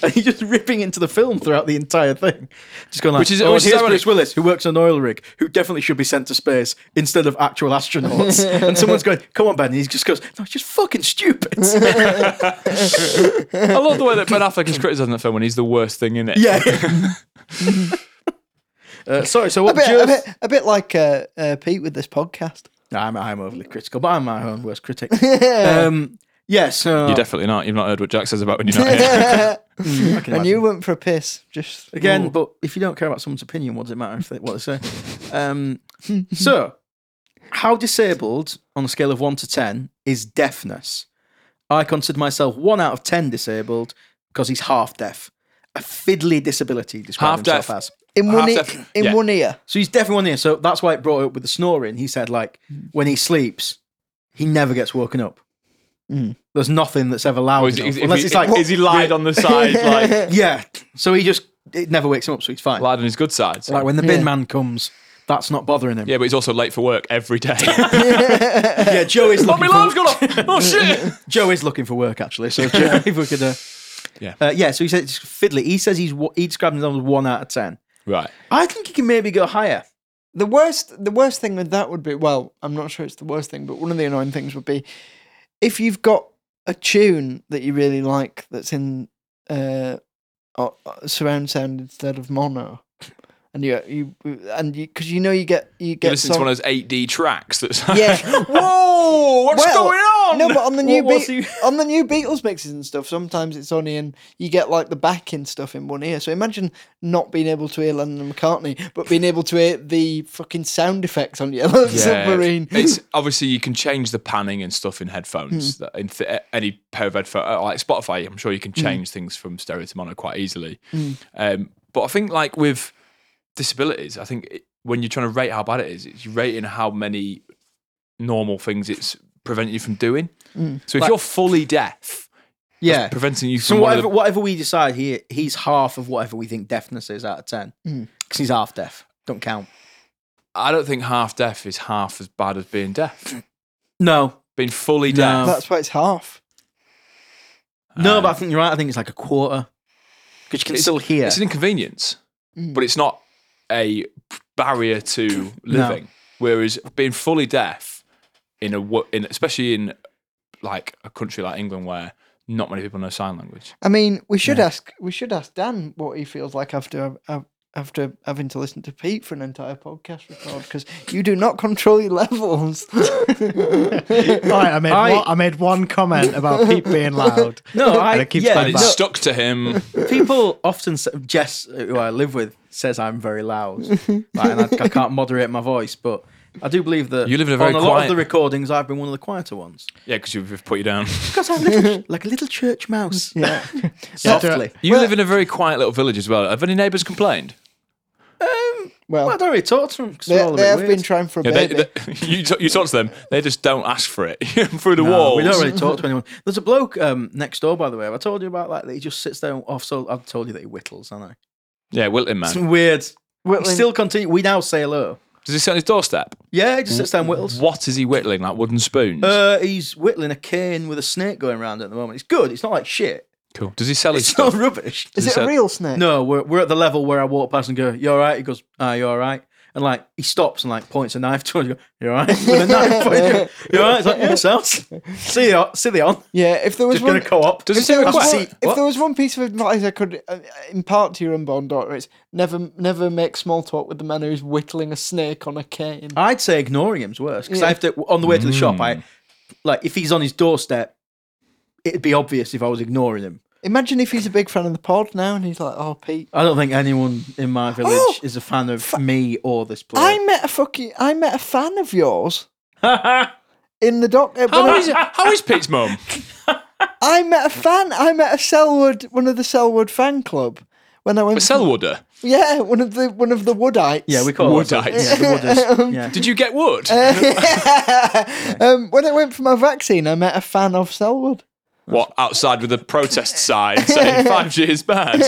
Speaker 3: And he's just ripping into the film throughout the entire thing. Just going like,
Speaker 2: Which is-
Speaker 3: oh,
Speaker 2: which is
Speaker 3: here's
Speaker 2: ironic.
Speaker 3: Bruce Willis, who works on an oil rig, who definitely should be sent to space instead of actual astronauts. and someone's going, come on, Ben. And he just goes, no, it's just fucking stupid.
Speaker 2: I love the way that Ben Affleck is criticising the film when he's the worst thing in it.
Speaker 3: yeah. uh, sorry, so
Speaker 1: a
Speaker 3: what
Speaker 1: bit,
Speaker 3: Joe-
Speaker 1: a bit, a bit like uh, uh, Pete with this podcast.
Speaker 3: No, I'm, I'm overly critical, but I'm my own worst critic.
Speaker 2: Uh,
Speaker 3: um, yeah, so
Speaker 2: You're definitely not. You've not heard what Jack says about when you're not here.
Speaker 3: I can
Speaker 1: and
Speaker 3: imagine.
Speaker 1: you went for a piss. Just
Speaker 3: again,
Speaker 1: Ooh.
Speaker 3: but if you don't care about someone's opinion, what does it matter if they, what they say? Um, so, how disabled on a scale of one to ten is deafness? I consider myself one out of ten disabled because he's half deaf, a fiddly disability. he described himself
Speaker 2: Half deaf.
Speaker 3: as.
Speaker 1: in one
Speaker 2: half
Speaker 1: ear.
Speaker 2: def-
Speaker 1: In
Speaker 2: yeah.
Speaker 1: one ear.
Speaker 3: So he's definitely one ear. So that's why it brought it up with the snoring. He said, like,
Speaker 2: Hmm.
Speaker 3: when he sleeps, he never gets woken up. There's nothing that's ever loud
Speaker 2: Or Hmm. Oh, is,
Speaker 3: enough,
Speaker 2: is,
Speaker 3: unless
Speaker 2: is,
Speaker 3: it's like,
Speaker 2: is he lied on the side, like
Speaker 3: yeah. So he just it never wakes him up, so he's fine. Like,
Speaker 2: lied on his good side? so-
Speaker 3: when the bin
Speaker 1: Yeah.
Speaker 3: man comes, that's not bothering him.
Speaker 2: yeah, but he's also late for work every day.
Speaker 3: yeah Joe is
Speaker 2: oh, my
Speaker 3: looking.
Speaker 2: alarm's
Speaker 3: For,
Speaker 2: gone off. Oh shit.
Speaker 3: Joe is looking for work actually. So Joe, if we could, uh,
Speaker 2: Yeah.
Speaker 3: Uh, yeah. So he says it's fiddly. He says he's wa- he described himself as one out of ten.
Speaker 2: Right.
Speaker 3: I think he can maybe go higher.
Speaker 1: The worst, the worst thing with that would be well, I'm not sure it's the worst thing, but one of the annoying things would be if you've got a tune that you really like that's in uh, o- o- surround sound instead of mono, and you you and you because you know you get you
Speaker 2: You
Speaker 1: get
Speaker 2: listen to
Speaker 1: song-
Speaker 2: one of those 8D tracks that's like,
Speaker 1: Yeah.
Speaker 2: whoa, what's
Speaker 1: Well,
Speaker 2: going on?
Speaker 1: No, but on the new
Speaker 3: What was
Speaker 1: Beat-
Speaker 3: he-
Speaker 1: on the new Beatles mixes and stuff, sometimes it's only in you get like the backing stuff in one ear. So imagine not being able to hear Lennon and McCartney, but being able to hear the fucking sound effects on Yellow Submarine.
Speaker 2: It's obviously you can change the panning and stuff in headphones. That in th- any pair of headphones, like Spotify, I'm sure you can change things from stereo to mono quite easily. Um, but I think like with disabilities, I think it, when you're trying to rate how bad it is, it's rating how many normal things it's preventing you from doing. So if
Speaker 3: Like-
Speaker 2: you're fully deaf,
Speaker 3: Yeah.
Speaker 2: preventing you
Speaker 3: So
Speaker 2: from one of
Speaker 3: whatever
Speaker 2: the-
Speaker 3: whatever we decide here, he's half of whatever we think deafness is out of ten. Because he's half deaf. Don't count.
Speaker 2: I don't think half deaf is half as bad as being deaf.
Speaker 3: No.
Speaker 2: Being fully
Speaker 3: No.
Speaker 2: deaf.
Speaker 1: That's why it's half.
Speaker 3: No, but I think you're right. I think it's like a quarter. Because you can
Speaker 2: Uh, It's-
Speaker 3: still hear.
Speaker 2: It's an inconvenience, but it's not a barrier to living. Whereas being fully deaf in a wo- in especially in like a country like England where not many people know sign language.
Speaker 1: I mean, we should ask we should ask Dan what he feels like after af- after having to listen to Pete for an entire podcast record because you do not control your levels.
Speaker 4: Right, I made
Speaker 3: I-
Speaker 4: one, I made one comment about Pete being loud.
Speaker 3: No, I-
Speaker 4: and it keeps
Speaker 3: yeah,
Speaker 2: And
Speaker 4: going
Speaker 2: it
Speaker 4: back.
Speaker 3: no.
Speaker 2: stuck to him.
Speaker 3: People often say, Jess, who I live with, says I'm very loud, Like, and I, I can't moderate my voice. But I do believe that
Speaker 2: You live in a very
Speaker 3: on a lot
Speaker 2: quiet-
Speaker 3: of the recordings, I've been one of the quieter ones
Speaker 2: yeah, because you've put you down.
Speaker 3: because I'm little, like a little church mouse,
Speaker 1: yeah.
Speaker 3: softly.
Speaker 2: You live in a very quiet little village as well. Have any neighbours complained?
Speaker 1: Well,
Speaker 3: Um, Well, I don't really talk to them because
Speaker 1: they,
Speaker 3: they're all a
Speaker 1: they
Speaker 3: bit
Speaker 1: have
Speaker 3: weird.
Speaker 1: been trying for a
Speaker 2: Yeah, they,
Speaker 1: baby.
Speaker 2: they- you, t- you talk to them. They just don't ask for it through the
Speaker 3: No,
Speaker 2: walls.
Speaker 3: we don't really talk to anyone. There's a bloke um, next door, by the way. Have I told you about that? That he just sits there off. So I've told you that he whittles, haven't I?
Speaker 2: Yeah, Wilton
Speaker 3: It's
Speaker 2: man.
Speaker 3: weird. We
Speaker 1: Whittling-
Speaker 3: still continue. We now say hello.
Speaker 2: Does he sit on his doorstep?
Speaker 3: Yeah, he just sits there and whittles.
Speaker 2: What is he whittling? Like wooden spoons?
Speaker 3: Uh, he's whittling a cane with a snake going around at the moment. It's good. It's not like shit.
Speaker 2: cool. Does he sell his
Speaker 3: It's
Speaker 2: stuff?
Speaker 3: not rubbish.
Speaker 1: is it
Speaker 2: so-
Speaker 1: a real snake?
Speaker 3: No, we're, we're at the level where I walk past and go, "You all right?" He goes, "Ah, you all right?" And like he stops and like points a knife towards you. You all right? With a knife pointing at you. You all right? It's like yes, else. See you, see you on.
Speaker 1: Yeah, if there was
Speaker 3: Just gonna
Speaker 1: one,
Speaker 3: co-op.
Speaker 2: Does he
Speaker 1: if there
Speaker 2: say
Speaker 1: was
Speaker 2: request?
Speaker 1: one- if
Speaker 3: What?
Speaker 1: there was one piece of advice I could uh, impart to your unborn daughter, it's never, never make small talk with the man who's whittling a snake on a cane.
Speaker 3: I'd say ignoring him's worse because
Speaker 1: Yeah.
Speaker 3: I have to on the way to the shop. I like if he's on his doorstep, it'd be obvious if I was ignoring him.
Speaker 1: Imagine if he's a big fan of the pod now and he's like, "Oh, Pete,
Speaker 3: I don't think anyone in my village
Speaker 1: Oh!
Speaker 3: is a fan of me or this place.
Speaker 1: I met a fucking, I met a fan of yours in the doc." uh, when
Speaker 2: How
Speaker 1: I,
Speaker 2: is, how is Pete's mum?
Speaker 1: I met a fan. I met a Selwood, one of the Selwood fan club. When I went, to-
Speaker 2: Selwooder.
Speaker 1: yeah, one of the one of the Woodites.
Speaker 3: yeah, we call it
Speaker 2: Woodites.
Speaker 3: Yeah, the wooders. Yeah.
Speaker 2: Did you get wood?
Speaker 1: Uh, um, when I went for my vaccine, I met a fan of Selwood.
Speaker 2: what outside with a protest sign saying five years bad?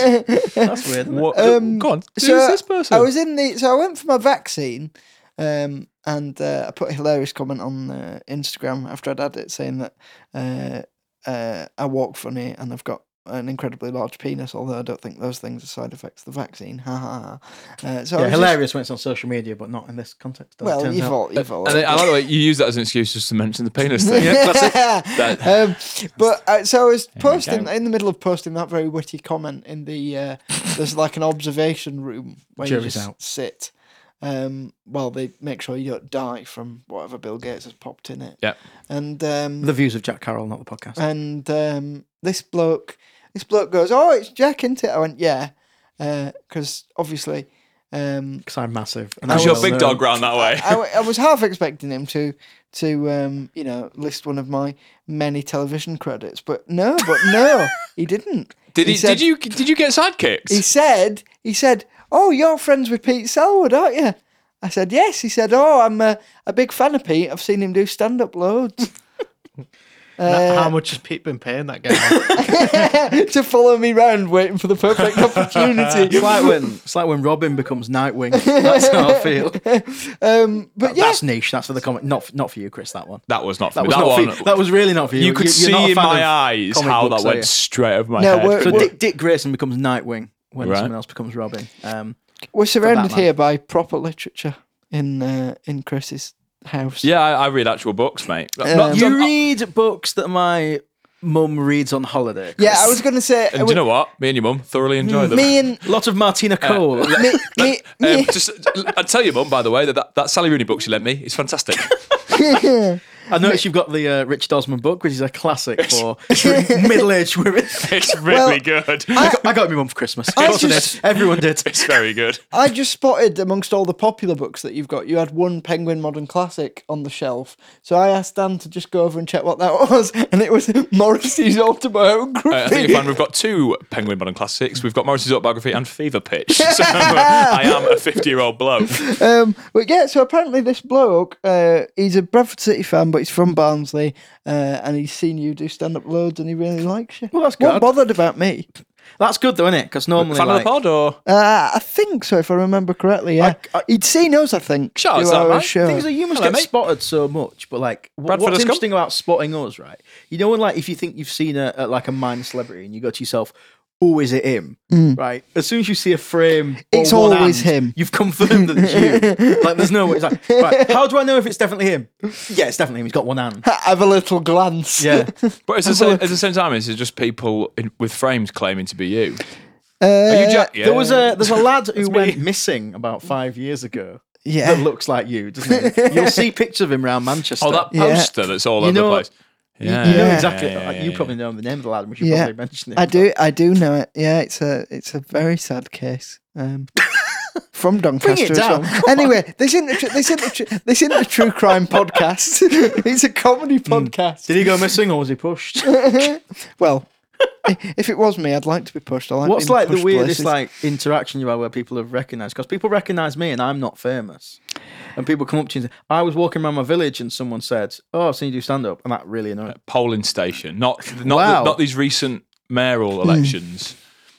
Speaker 3: That's weird. isn't it?
Speaker 2: What? Go on. Who's
Speaker 1: Um, so
Speaker 2: this person?
Speaker 1: I was in the so I went for my vaccine, um, and uh, I put a hilarious comment on uh, Instagram after I'd had it saying that uh, uh, I walk funny and I've got an incredibly large penis. Although I don't think those things are side effects of the vaccine. Ha ha. ha. Uh, so I
Speaker 3: Yeah,
Speaker 1: was
Speaker 3: hilarious when it's on social media, but not in this context.
Speaker 1: Just, well, you've all, you've all.
Speaker 2: And then, I like the way you use that as an excuse just to mention the penis thing. That-
Speaker 1: um, but uh, so I was posting
Speaker 2: go.
Speaker 1: in the middle of posting that very witty comment in the uh, there's like an observation room where you
Speaker 3: Jury's
Speaker 1: just
Speaker 3: out.
Speaker 1: sit. Um, while they make sure you don't die from whatever Bill Gates has popped in it.
Speaker 2: Yeah.
Speaker 1: And um,
Speaker 3: the views of Jack Carroll, not the podcast.
Speaker 1: and um, this bloke, this bloke goes, "Oh, it's Jack, isn't it?" I went, "Yeah," because obviously. Um,
Speaker 3: Because I'm massive. And
Speaker 2: Because
Speaker 3: I'm
Speaker 2: your
Speaker 3: well
Speaker 2: big
Speaker 3: known.
Speaker 2: dog round that way.
Speaker 1: uh, I, w- I was half expecting him to to um, you know list one of my many television credits, but no, but no, he didn't.
Speaker 2: Did, he,
Speaker 1: said-
Speaker 2: did you did you get sidekicks?
Speaker 1: He said he said, "Oh, you're friends with Pete Selwood, aren't you?" I said, "Yes." He said, "Oh, I'm a, a big fan of Pete. I've seen him do stand up loads."
Speaker 4: That-
Speaker 1: Uh,
Speaker 4: How much has Pete been paying that guy?
Speaker 1: to follow me round waiting for the perfect opportunity.
Speaker 3: It's like when it's like when Robin becomes Nightwing. That's how I feel.
Speaker 1: um, but yeah,
Speaker 3: That's niche. That's for the comic. Not not for you, Chris. That one.
Speaker 2: That was not for
Speaker 3: That
Speaker 2: me.
Speaker 3: was
Speaker 2: That
Speaker 3: not for you.
Speaker 2: one.
Speaker 3: That was really not for you.
Speaker 2: you could
Speaker 3: you're not
Speaker 2: see
Speaker 3: a
Speaker 2: in
Speaker 3: fan
Speaker 2: my
Speaker 3: of
Speaker 2: eyes
Speaker 3: comic
Speaker 2: how
Speaker 3: books,
Speaker 2: that
Speaker 3: are
Speaker 2: went
Speaker 3: you?
Speaker 2: straight over my
Speaker 1: No,
Speaker 2: head.
Speaker 1: we're-
Speaker 3: So
Speaker 1: Well-
Speaker 3: Dick, Dick Grayson becomes Nightwing when
Speaker 2: Right.
Speaker 3: someone else becomes Robin. Um,
Speaker 1: we're surrounded
Speaker 3: Batman.
Speaker 1: here by proper literature in uh, in Chris's house.
Speaker 2: yeah, I, I read actual books, mate. Not-
Speaker 1: Um,
Speaker 3: you
Speaker 2: not-
Speaker 3: read books that my mum reads on holiday. Chris.
Speaker 1: yeah. I was gonna say, uh,
Speaker 2: and do you know what? Me and your mum thoroughly enjoy them.
Speaker 1: me and
Speaker 3: Lots of Martina
Speaker 2: Uh,
Speaker 3: Cole.
Speaker 1: me, me,
Speaker 2: Um,
Speaker 1: me,
Speaker 2: just, I tell your mum, by the way, that, that that Sally Rooney book she lent me is fantastic.
Speaker 3: I noticed you've got the uh, Richard Osman book, which is a classic for middle-aged women.
Speaker 2: it's
Speaker 1: Well,
Speaker 2: really good.
Speaker 3: I, got, I got it my mum for Christmas. Of course I did.
Speaker 1: just-
Speaker 3: Everyone did.
Speaker 2: It's very good. Uh,
Speaker 1: I just spotted amongst all the popular books that you've got, you had one Penguin Modern Classic on the shelf. So I asked Dan to just go over and check what that was, and it was Morrissey's autobiography.
Speaker 2: I think you find we've got two Penguin Modern Classics. We've got Morris's autobiography and Fever Pitch. So uh, I am a 50 year old bloke.
Speaker 1: Um, but yeah, so apparently this bloke, uh, he's a Bradford City fan, but he's from Barnsley, uh, and he's seen you do stand up loads, and he really likes you.
Speaker 3: Well, that's
Speaker 1: Not
Speaker 3: good.
Speaker 1: bothered about me.
Speaker 3: That's good though, isn't it? Because normally,
Speaker 2: Fan of the
Speaker 3: like,
Speaker 2: pod or?
Speaker 1: Uh, I think so, if I remember correctly. Yeah,
Speaker 3: I-
Speaker 1: he'd seen us, I think.
Speaker 2: Sure, is
Speaker 1: do
Speaker 2: that
Speaker 1: our
Speaker 2: right?
Speaker 1: show.
Speaker 3: things are you must
Speaker 2: Hello,
Speaker 3: get
Speaker 2: mate.
Speaker 3: spotted so much. But like, wh- what's
Speaker 2: Bradford has come.
Speaker 3: interesting about spotting us, right? You know, when like if you think you've seen a, a like a minor celebrity, and you go to yourself. Oh, is it him? Right. As soon as you see a frame, or
Speaker 1: It's
Speaker 3: one
Speaker 1: always
Speaker 3: hand,
Speaker 1: him.
Speaker 3: You've confirmed that it's you. like, there's no way. It's like, right. How do I know if it's definitely him? Yeah, it's definitely him. He's got one hand.
Speaker 1: Have a little glance.
Speaker 3: Yeah.
Speaker 2: But it's the same, at the same time, it's just people in, with frames claiming to be you.
Speaker 1: Uh,
Speaker 2: Are you Jack? Yeah.
Speaker 3: There was a there's a lad who
Speaker 2: me.
Speaker 3: went missing about five years ago.
Speaker 1: Yeah.
Speaker 3: That looks like you, doesn't it? You'll see pictures of him around Manchester.
Speaker 2: Oh, that
Speaker 1: Yeah.
Speaker 2: poster that's all
Speaker 3: You
Speaker 2: over
Speaker 3: know-
Speaker 2: the place. Yeah.
Speaker 3: you know
Speaker 1: Yeah.
Speaker 3: exactly. uh,
Speaker 2: yeah, yeah,
Speaker 3: you
Speaker 2: yeah.
Speaker 3: probably know the name of the lad. and We should
Speaker 1: Yeah.
Speaker 3: probably mention it.
Speaker 1: I do, I do know it. Yeah, it's a, it's a very sad case. Um, from Doncaster as
Speaker 3: down,
Speaker 1: well. Anyway, this isn't, a tr- this isn't, a tr- this isn't a true crime podcast. it's a comedy
Speaker 3: Hmm.
Speaker 1: podcast.
Speaker 3: Did he go missing or was he pushed?
Speaker 1: Well, i- if it was me, I'd like to be pushed. I like
Speaker 3: What's
Speaker 1: being
Speaker 3: like the
Speaker 1: pushed
Speaker 3: weirdest
Speaker 1: places.
Speaker 3: like interaction you had where people have recognised? Because people recognise me and I'm not famous, and people come up to you. and say, I was walking around my village and someone said, "Oh, I've seen you do stand up," and that really annoyed.
Speaker 2: Polling station, not, not,
Speaker 3: Wow.
Speaker 2: not these recent mayoral elections.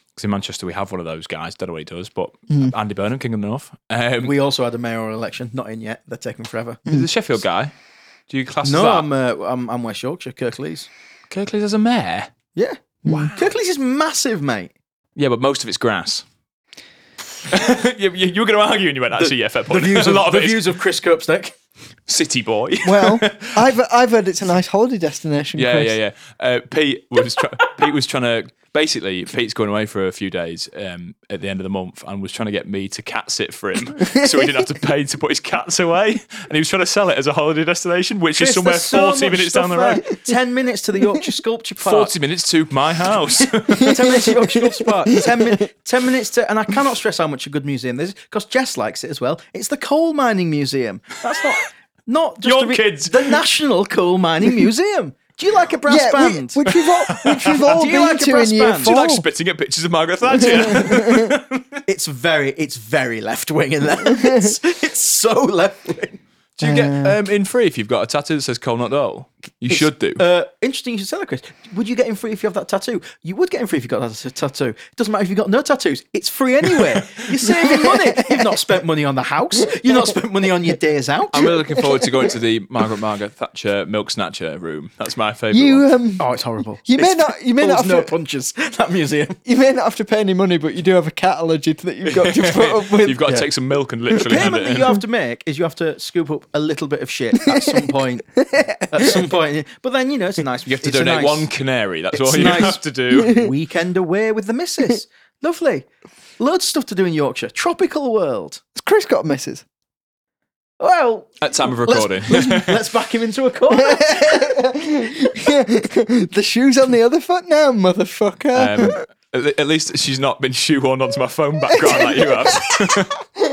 Speaker 2: Because in Manchester, we have one of those guys. Don't know what he does, but
Speaker 3: Mm.
Speaker 2: Andy Burnham, King of the North. Um,
Speaker 3: We also had a mayoral election, not in yet. They're taking forever.
Speaker 2: the Sheffield guy. Do you class
Speaker 3: No,
Speaker 2: that?
Speaker 3: I'm, uh, I'm I'm West Yorkshire, Kirklees.
Speaker 2: Kirklees as a mayor.
Speaker 3: Yeah, wow. Kirklees is massive, mate.
Speaker 2: Yeah, but most of it's grass. you, you- you were going to argue, and you went, actually, yeah, fair point. a lot of
Speaker 3: the
Speaker 2: it is
Speaker 3: views of Chris Kirkstick.
Speaker 2: city boy.
Speaker 1: Well, I've, I've heard it's a nice holiday destination.
Speaker 2: yeah,
Speaker 1: Chris.
Speaker 2: yeah, yeah. Uh, Pete was try- Pete was trying to basically Pete's going away for a few days um, at the end of the month, and was trying to get me to cat sit for him, so he didn't have to pay to put his cats away, and he was trying to sell it as a holiday destination, which is somewhere forty minutes down the road.
Speaker 3: Ten minutes to the Yorkshire Sculpture Park.
Speaker 2: Forty minutes to my house.
Speaker 3: Ten minutes to Yorkshire Sculpture Park. Ten, min- ten minutes to, and I cannot stress how much a good museum this is because Jess likes it as well. It's the coal mining museum. That's not not just
Speaker 2: Your
Speaker 3: the re-
Speaker 2: kids.
Speaker 3: The National Coal Mining Museum. Do you like a brass
Speaker 1: Yeah, we-
Speaker 3: band?
Speaker 1: which we've all, which we've all
Speaker 3: Do you
Speaker 1: been
Speaker 3: like a
Speaker 1: to
Speaker 3: brass
Speaker 1: in year
Speaker 3: band?
Speaker 1: four.
Speaker 3: Do
Speaker 2: She likes spitting at pictures of Margaret Thatcher.
Speaker 3: it's very it's very left wing in there. It's, it's so left wing.
Speaker 2: do you get um, in free if you've got a tattoo that says "Coal Not Dole"? You should do.
Speaker 3: Uh, interesting you should say that, Chris. Would you get in free if you have that tattoo? You would get in free if you got that t- tattoo. It doesn't matter if you've got no tattoos. It's free anyway. You're saving money. You've not spent money on the house. You've not spent money on your days out.
Speaker 2: I'm really looking forward to going to the Margaret Margaret Thatcher milk snatcher room. That's my favourite. one.
Speaker 1: You, um,
Speaker 3: Oh, it's horrible.
Speaker 1: You may
Speaker 3: It's
Speaker 1: not- you may
Speaker 3: full
Speaker 1: not
Speaker 3: of
Speaker 1: have
Speaker 3: no
Speaker 1: to-
Speaker 3: punches. That museum.
Speaker 1: you may not have to pay any money, but you do have a cat allergy that you've got to put up with.
Speaker 2: You've got to take some milk and
Speaker 3: The
Speaker 2: literally hand
Speaker 3: payment that
Speaker 2: it in.
Speaker 3: you have to make is you have to scoop up a little bit of shit at some point. at some point, but then you know it's a nice.
Speaker 2: You have to
Speaker 3: it's a
Speaker 2: donate
Speaker 3: nice
Speaker 2: one canary. That's
Speaker 3: It's
Speaker 2: all you
Speaker 3: nice.
Speaker 2: have to do.
Speaker 3: weekend away with the missus. Lovely. Loads of stuff to do in Yorkshire. Tropical world.
Speaker 1: Has Chris got misses.
Speaker 3: Well,
Speaker 2: At time of
Speaker 3: let's-
Speaker 2: recording.
Speaker 3: let's, let's back him into a corner.
Speaker 1: the shoe's on the other foot now, motherfucker.
Speaker 2: Um, at, le- at least she's not been shoehorned onto my phone background like you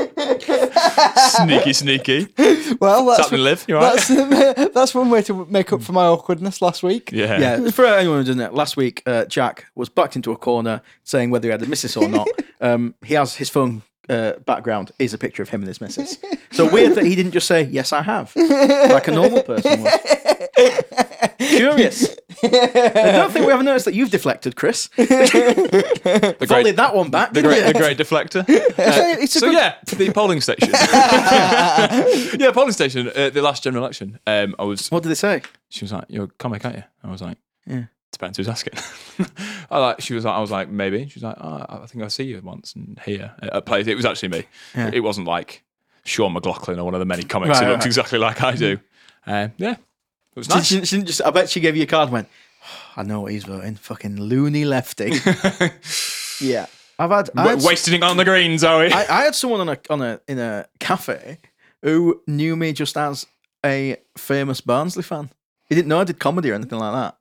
Speaker 2: have. sneaky, sneaky.
Speaker 1: well, that's,
Speaker 2: Something, Liv. You all right?
Speaker 1: that's, that's one way to make up for my awkwardness last week.
Speaker 2: Yeah.
Speaker 3: yeah, for anyone who doesn't know, last week uh, Jack was backed into a corner saying whether he had a missus or not. Um, he has his phone uh, background is a picture of him and his missus. So weird that he didn't just say yes, I have, like a normal person would. curious. I don't think we ever noticed that you've deflected, Chris.
Speaker 2: The great,
Speaker 3: Volleyed that one back.
Speaker 2: the
Speaker 3: didn't
Speaker 2: great,
Speaker 3: you?
Speaker 2: the great deflector. Uh,
Speaker 3: it's a
Speaker 2: so
Speaker 3: good-
Speaker 2: yeah, the polling station. yeah, polling station. Uh, the last general election. Um, I was.
Speaker 3: What did they say?
Speaker 2: She was like, "You're a comic, aren't you?" I was like,
Speaker 3: Yeah.
Speaker 2: Depends who's asking. I like. She was like, I was like, maybe. She was like, oh, I think I see you once and here at a place. It was actually me.
Speaker 3: Yeah.
Speaker 2: It wasn't like Sean McLaughlin or one of the many comics
Speaker 3: Right,
Speaker 2: who
Speaker 3: right,
Speaker 2: looked
Speaker 3: right. Mm-hmm.
Speaker 2: exactly like I do. Uh, yeah, it was
Speaker 3: Did
Speaker 2: nice.
Speaker 3: she, she didn't just, I bet she gave you a card. and Went. "Oh, I know what he's voting. Fucking loony lefty.
Speaker 1: yeah.
Speaker 3: I've had. I
Speaker 2: W-
Speaker 3: had
Speaker 2: wasting it on the green, Zoe.
Speaker 3: I, I had someone on a on a in a cafe who knew me just as a famous Barnsley fan. He didn't know I did comedy or anything like that.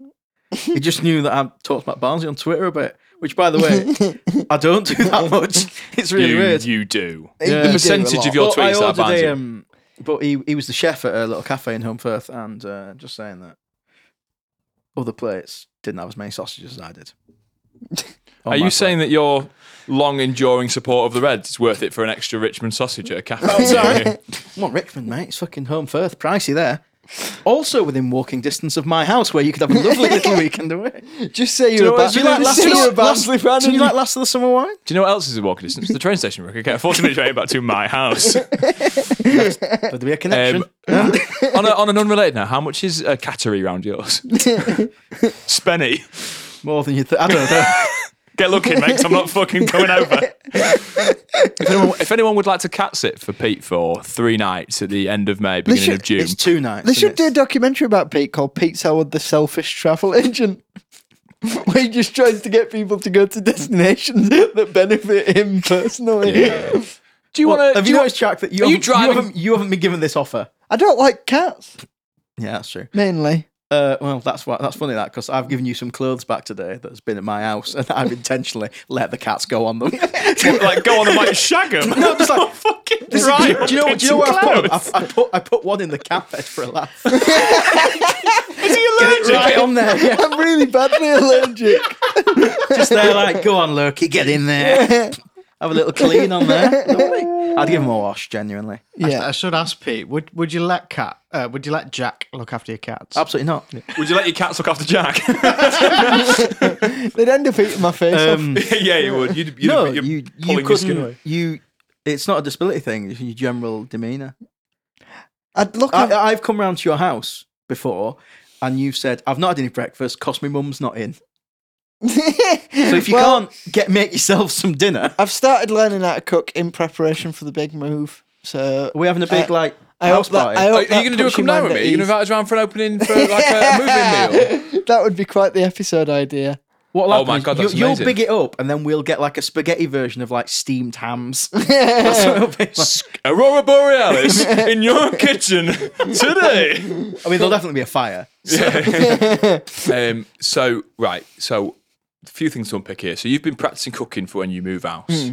Speaker 3: He just knew that I talked about Barnsley on Twitter a bit. Which, by the way, I don't do that much. It's really
Speaker 2: you,
Speaker 3: weird.
Speaker 2: you do.
Speaker 1: You
Speaker 3: The
Speaker 1: do a
Speaker 2: percentage
Speaker 1: lot.
Speaker 2: of your
Speaker 3: But I
Speaker 2: tweets that are
Speaker 3: ordered
Speaker 2: banned.
Speaker 3: a, um, But he he was the chef at a little cafe in Home Firth, and uh, just saying that other plates didn't have as many sausages as I did.
Speaker 2: Are you saying that your long enduring support of the Reds is worth it for an extra Richmond sausage at a cafe? Oh,
Speaker 3: sorry. Come on, Richmond, mate. It's fucking home Firth. Pricey there. Also within walking distance of my house, where you could have a lovely little weekend away.
Speaker 1: Just say
Speaker 2: you
Speaker 1: you're a
Speaker 2: know what-
Speaker 1: Barnsley
Speaker 2: do you like
Speaker 1: just
Speaker 2: last
Speaker 1: say
Speaker 2: year-
Speaker 1: you're a Barnsley fan.
Speaker 3: Do you
Speaker 1: and
Speaker 3: like last of the summer wine?
Speaker 2: Do you know what else is a walking distance? The train station. Rick. Okay, a 40 minute drive back to my house.
Speaker 3: There'd be a connection.
Speaker 2: Um, on, a, on an unrelated note, how much is a cattery round yours? Spenny,
Speaker 3: More than you think. I don't know.
Speaker 2: get looking, mate, 'cause I'm not fucking going over. if, anyone, if anyone would like to cat sit for Pete for three nights at the end of May, beginning
Speaker 1: should-
Speaker 2: of June,
Speaker 3: It's two nights.
Speaker 1: They
Speaker 3: and
Speaker 1: should do a
Speaker 3: it's-
Speaker 1: documentary about Pete called Pete Howard, the Selfish Travel Agent. Where he just tries to get people to go to destinations that benefit him personally.
Speaker 2: Yeah. do you
Speaker 3: Well,
Speaker 2: want to?
Speaker 3: have you noticed, Jack, that you,
Speaker 2: Are you
Speaker 3: haven't,
Speaker 2: driving-
Speaker 3: haven't, you haven't been given this offer?
Speaker 1: I don't like cats,
Speaker 3: Yeah, that's true.
Speaker 1: mainly.
Speaker 3: Uh, well, that's why, that's funny that because I've given you some clothes back today that's been at my house, and I've intentionally let the cats go on them.
Speaker 2: like go on and like shag them?
Speaker 3: No, just like-
Speaker 2: fucking
Speaker 3: This is-
Speaker 2: right.
Speaker 3: do you know? Do you know where I put, 'em? I, I put? I put one in the cat bed for a laugh. Get
Speaker 2: Is he allergic?
Speaker 3: it on there. yeah.
Speaker 1: I'm really badly allergic.
Speaker 3: Just there, like, go on, Lurky, get in there. Have a little clean on there. Lovely. I'd give him a wash, genuinely.
Speaker 1: Yeah.
Speaker 4: I should ask Pete. Would would you let cat? Uh, would you let Jack look after your cats?
Speaker 3: Absolutely not.
Speaker 2: Would you let your cats look after Jack?
Speaker 1: They'd end up eating my face
Speaker 3: Um,
Speaker 2: yeah, you would. You'd, you'd,
Speaker 3: no,
Speaker 2: you're
Speaker 3: you, you
Speaker 2: pulling your skin away.
Speaker 3: couldn't. You, it's not a disability thing. It's your general demeanour.
Speaker 1: off. I'd look at
Speaker 3: I, I've come round to your house before, and you've said I've not had any breakfast. Cause my mum's not in. So if you
Speaker 1: Well,
Speaker 3: can't get make yourself some dinner,
Speaker 1: I've started learning how to cook in preparation for the big move. So
Speaker 3: are we having a big
Speaker 1: I-
Speaker 3: like
Speaker 1: I hope
Speaker 3: house
Speaker 1: that-
Speaker 3: party?
Speaker 1: I hope
Speaker 2: Are, are you going to do a
Speaker 1: puts your
Speaker 2: come down
Speaker 1: mind
Speaker 2: with me?
Speaker 1: at
Speaker 2: Are you going to
Speaker 1: ease.
Speaker 2: invite us round for an opening for like a, a moving meal?
Speaker 1: that would be quite the episode idea.
Speaker 3: What
Speaker 2: Oh my God,
Speaker 3: you,
Speaker 2: that's
Speaker 3: you'll
Speaker 2: amazing.
Speaker 3: big it up, and then we'll get like a spaghetti version of like steamed hams. That's what it'll be like.
Speaker 2: Aurora Borealis in your kitchen today.
Speaker 3: I mean, there'll definitely be a fire.
Speaker 2: Um, so right, so a few things to unpick here. So you've been practicing cooking for when you move house.
Speaker 1: Hmm.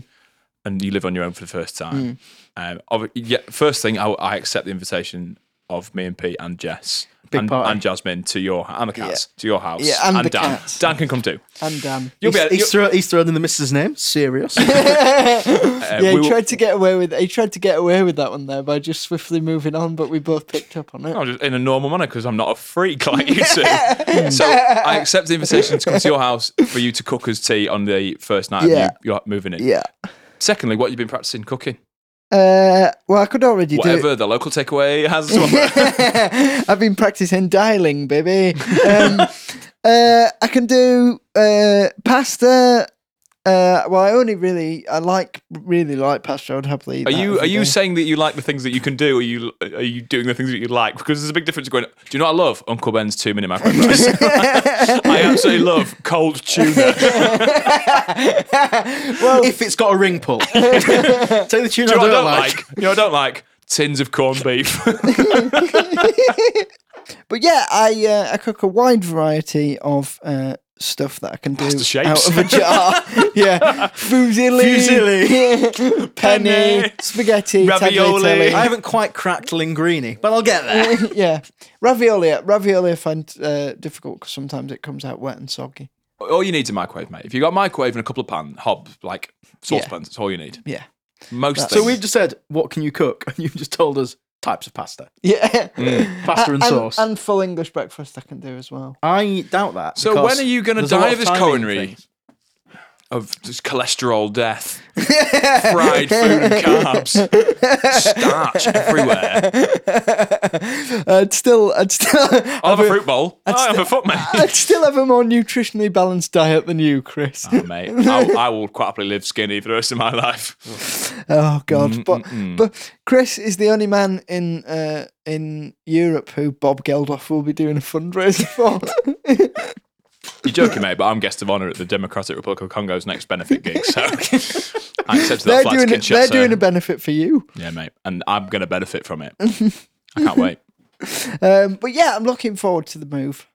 Speaker 2: And you live on your own for the first time. Um, obvi- yeah, first thing, I, I accept the invitation of me and Pete and Jess
Speaker 3: Big
Speaker 2: and,
Speaker 3: party.
Speaker 2: and Jasmine to your and the cats to your house.
Speaker 1: Yeah, and the
Speaker 2: Dan.
Speaker 1: cats.
Speaker 2: Dan can come too.
Speaker 1: And Dan.
Speaker 2: You'll
Speaker 3: he's,
Speaker 2: be.
Speaker 3: he's,
Speaker 2: You'll,
Speaker 3: throw, he's thrown in the missus' name. Serious.
Speaker 2: uh,
Speaker 1: Yeah,
Speaker 2: we
Speaker 1: he
Speaker 2: will-
Speaker 1: tried to get away with he tried to get away with that one there by just swiftly moving on, but we both picked up on it.
Speaker 2: I'm just in a normal manner because I'm not a freak like you two. so I accept the invitation to come to your house for you to cook us tea on the first night
Speaker 1: Yeah.
Speaker 2: of you, you're moving in.
Speaker 1: Yeah.
Speaker 2: Secondly, what you've been practicing cooking,
Speaker 1: Uh, well, I could already do.
Speaker 2: whatever the local takeaway has to offer.
Speaker 1: I've been practicing dialing, baby. Um, uh, I can do uh, pasta. Uh, well, I only really I like really like pasta. I'd happily. Eat
Speaker 2: Are
Speaker 1: that
Speaker 2: you
Speaker 1: every
Speaker 2: are you
Speaker 1: day.
Speaker 2: saying that you like the things that you can do? Are you are you doing the things that you like? Because there's a big difference going. Do you know what I love? Uncle Ben's two minute microwave rice. I absolutely love cold tuna.
Speaker 3: if it's got a ring pull. Tell you the tune
Speaker 2: You
Speaker 3: I
Speaker 2: know
Speaker 3: don't,
Speaker 2: what I don't
Speaker 3: like.
Speaker 2: like. You know what I don't like tins of corned beef.
Speaker 1: But yeah, I uh, I cook a wide variety of uh, stuff that I can do
Speaker 2: Pasta shapes.
Speaker 1: out of a jar. yeah, fusilli, fusilli, penny,
Speaker 2: Penne.
Speaker 1: spaghetti,
Speaker 2: Ravioli.
Speaker 1: tagliatelle.
Speaker 3: I haven't quite cracked linguini, but I'll get there.
Speaker 1: yeah, ravioli. Ravioli, I find uh, difficult because sometimes it comes out wet and soggy.
Speaker 2: all you need is a microwave, mate. If you got a microwave and a couple of pan hob like saucepans, that's all you need.
Speaker 1: Yeah.
Speaker 2: Most
Speaker 3: so
Speaker 2: things.
Speaker 3: we've just said, what can you cook? And you've just told us types of pasta,
Speaker 1: Yeah.
Speaker 3: pasta and, sauce.
Speaker 1: And full English breakfast I can do as well.
Speaker 3: I doubt that.
Speaker 2: So
Speaker 3: because
Speaker 2: when are you gonna
Speaker 3: there's a lot
Speaker 2: die of this
Speaker 3: timing
Speaker 2: coronary?
Speaker 3: things.
Speaker 2: of just cholesterol death, fried food and carbs, starch everywhere.
Speaker 1: I'd still, I'd still,
Speaker 2: I'll have a fruit bowl. I'll have a foot, mate.
Speaker 1: I'd still have a more nutritionally balanced diet than you, Chris.
Speaker 2: Oh, mate, I'll, I will quite happily live skinny for the rest of my life.
Speaker 1: Oh God!
Speaker 2: Mm,
Speaker 1: But but Chris is the only man in uh, in Europe who Bob Geldof will be doing a fundraiser for.
Speaker 2: You're joking, mate, but I'm guest of honour at the Democratic Republic of Congo's next benefit gig, so I accepted
Speaker 1: they're
Speaker 2: that flight's
Speaker 1: doing it,
Speaker 2: kinship.
Speaker 1: they're
Speaker 2: so-
Speaker 1: doing a benefit for you.
Speaker 2: yeah, mate, and I'm going to benefit from it. I can't wait.
Speaker 1: Um, but yeah, I'm looking forward to the move.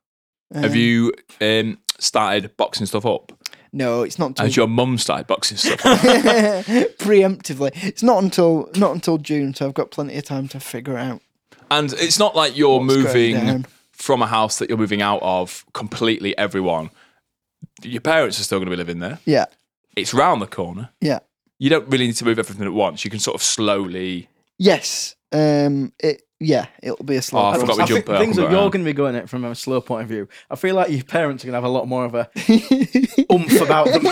Speaker 2: Have you um, started boxing stuff up?
Speaker 1: No, it's not
Speaker 2: Has
Speaker 1: until
Speaker 2: your mum started boxing stuff up?
Speaker 1: preemptively. It's not until not until June, so I've got plenty of time to figure it out.
Speaker 2: And it's not like you're
Speaker 1: What's going
Speaker 2: moving
Speaker 1: down?
Speaker 2: from a house that you're moving out of completely everyone. Your parents are still going to be living there.
Speaker 1: Yeah,
Speaker 2: It's round the corner.
Speaker 1: yeah,
Speaker 2: You don't really need to move everything at once. You can sort of slowly.
Speaker 1: yes. Um, it yeah, it'll be a slow.
Speaker 2: Oh, I forgot
Speaker 1: process.
Speaker 2: we jumped up.
Speaker 3: things
Speaker 2: and
Speaker 3: are
Speaker 2: got
Speaker 3: you're
Speaker 2: around.
Speaker 3: going to be going at it from a slow point of view. I feel like your parents are going to have a lot more of a oomph about them.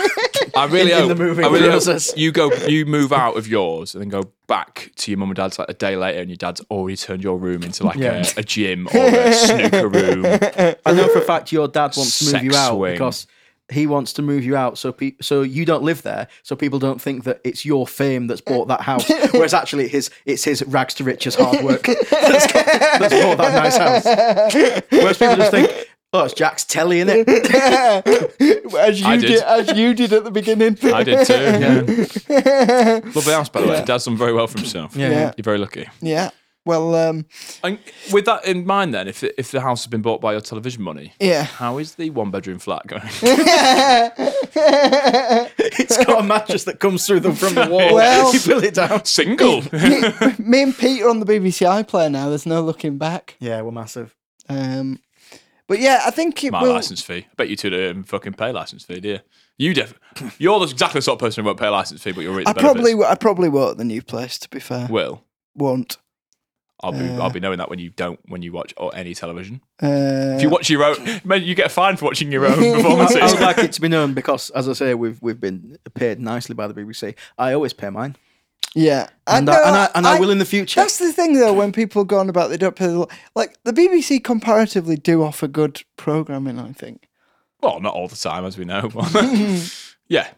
Speaker 2: I really
Speaker 3: in
Speaker 2: hope,
Speaker 3: the moving
Speaker 2: I really hope
Speaker 3: process.
Speaker 2: you go, you move out of yours and then go back to your mum and dad's like a day later, and your dad's already turned your room into like
Speaker 3: Yeah.
Speaker 2: a, a gym or a snooker room.
Speaker 3: I know for a fact your dad wants to move
Speaker 2: Sex
Speaker 3: you out
Speaker 2: swing.
Speaker 3: because he wants to move you out so pe- so you don't live there so people don't think that it's your fame that's bought that house whereas actually his it's his rags to riches hard work that's, got, that's bought that nice house whereas people just think oh it's Jack's telly in it
Speaker 1: as you
Speaker 2: I
Speaker 1: did.
Speaker 2: did.
Speaker 1: as you did at the beginning.
Speaker 2: I did too. Yeah. Lovely house, by the way. Dad's done very well for himself.
Speaker 1: Yeah.
Speaker 2: You're very lucky.
Speaker 1: Yeah. Well, um,
Speaker 2: And with that in mind, then, if the, if the house has been bought by your television money,
Speaker 1: yeah.
Speaker 2: how is the one bedroom flat going?
Speaker 3: it's got a mattress that comes through them from the wall
Speaker 1: Well-
Speaker 3: you pull it down
Speaker 2: Single.
Speaker 1: Me and Pete are on the BBC iPlayer now. There's no looking back.
Speaker 3: yeah we're massive
Speaker 1: Um, but yeah, I think it
Speaker 2: My
Speaker 1: will.
Speaker 2: license fee. I bet you two don't even fucking pay license fee, do you? You def- You're the- exactly the sort of person who won't pay a license fee, but you'll reap the
Speaker 1: I probably,
Speaker 2: benefits.
Speaker 1: w- I probably won't at the new place. To be fair,
Speaker 2: will.
Speaker 1: won't.
Speaker 2: I'll be, I'll be knowing that when you don't, when you watch or any television.
Speaker 1: Uh,
Speaker 2: If you watch your own, man, you get fined for watching your own
Speaker 3: I,
Speaker 2: performances.
Speaker 3: I would like it to be known because as I say we've we've been paid nicely by the BBC I always pay mine
Speaker 1: yeah,
Speaker 3: and, I,
Speaker 1: no,
Speaker 3: and, I, and I, will in the future
Speaker 1: That's the thing, though. When people go on about they don't pay, the, like the BBC comparatively do offer good programming. I think.
Speaker 2: well, not all the time, as we know. but- yeah,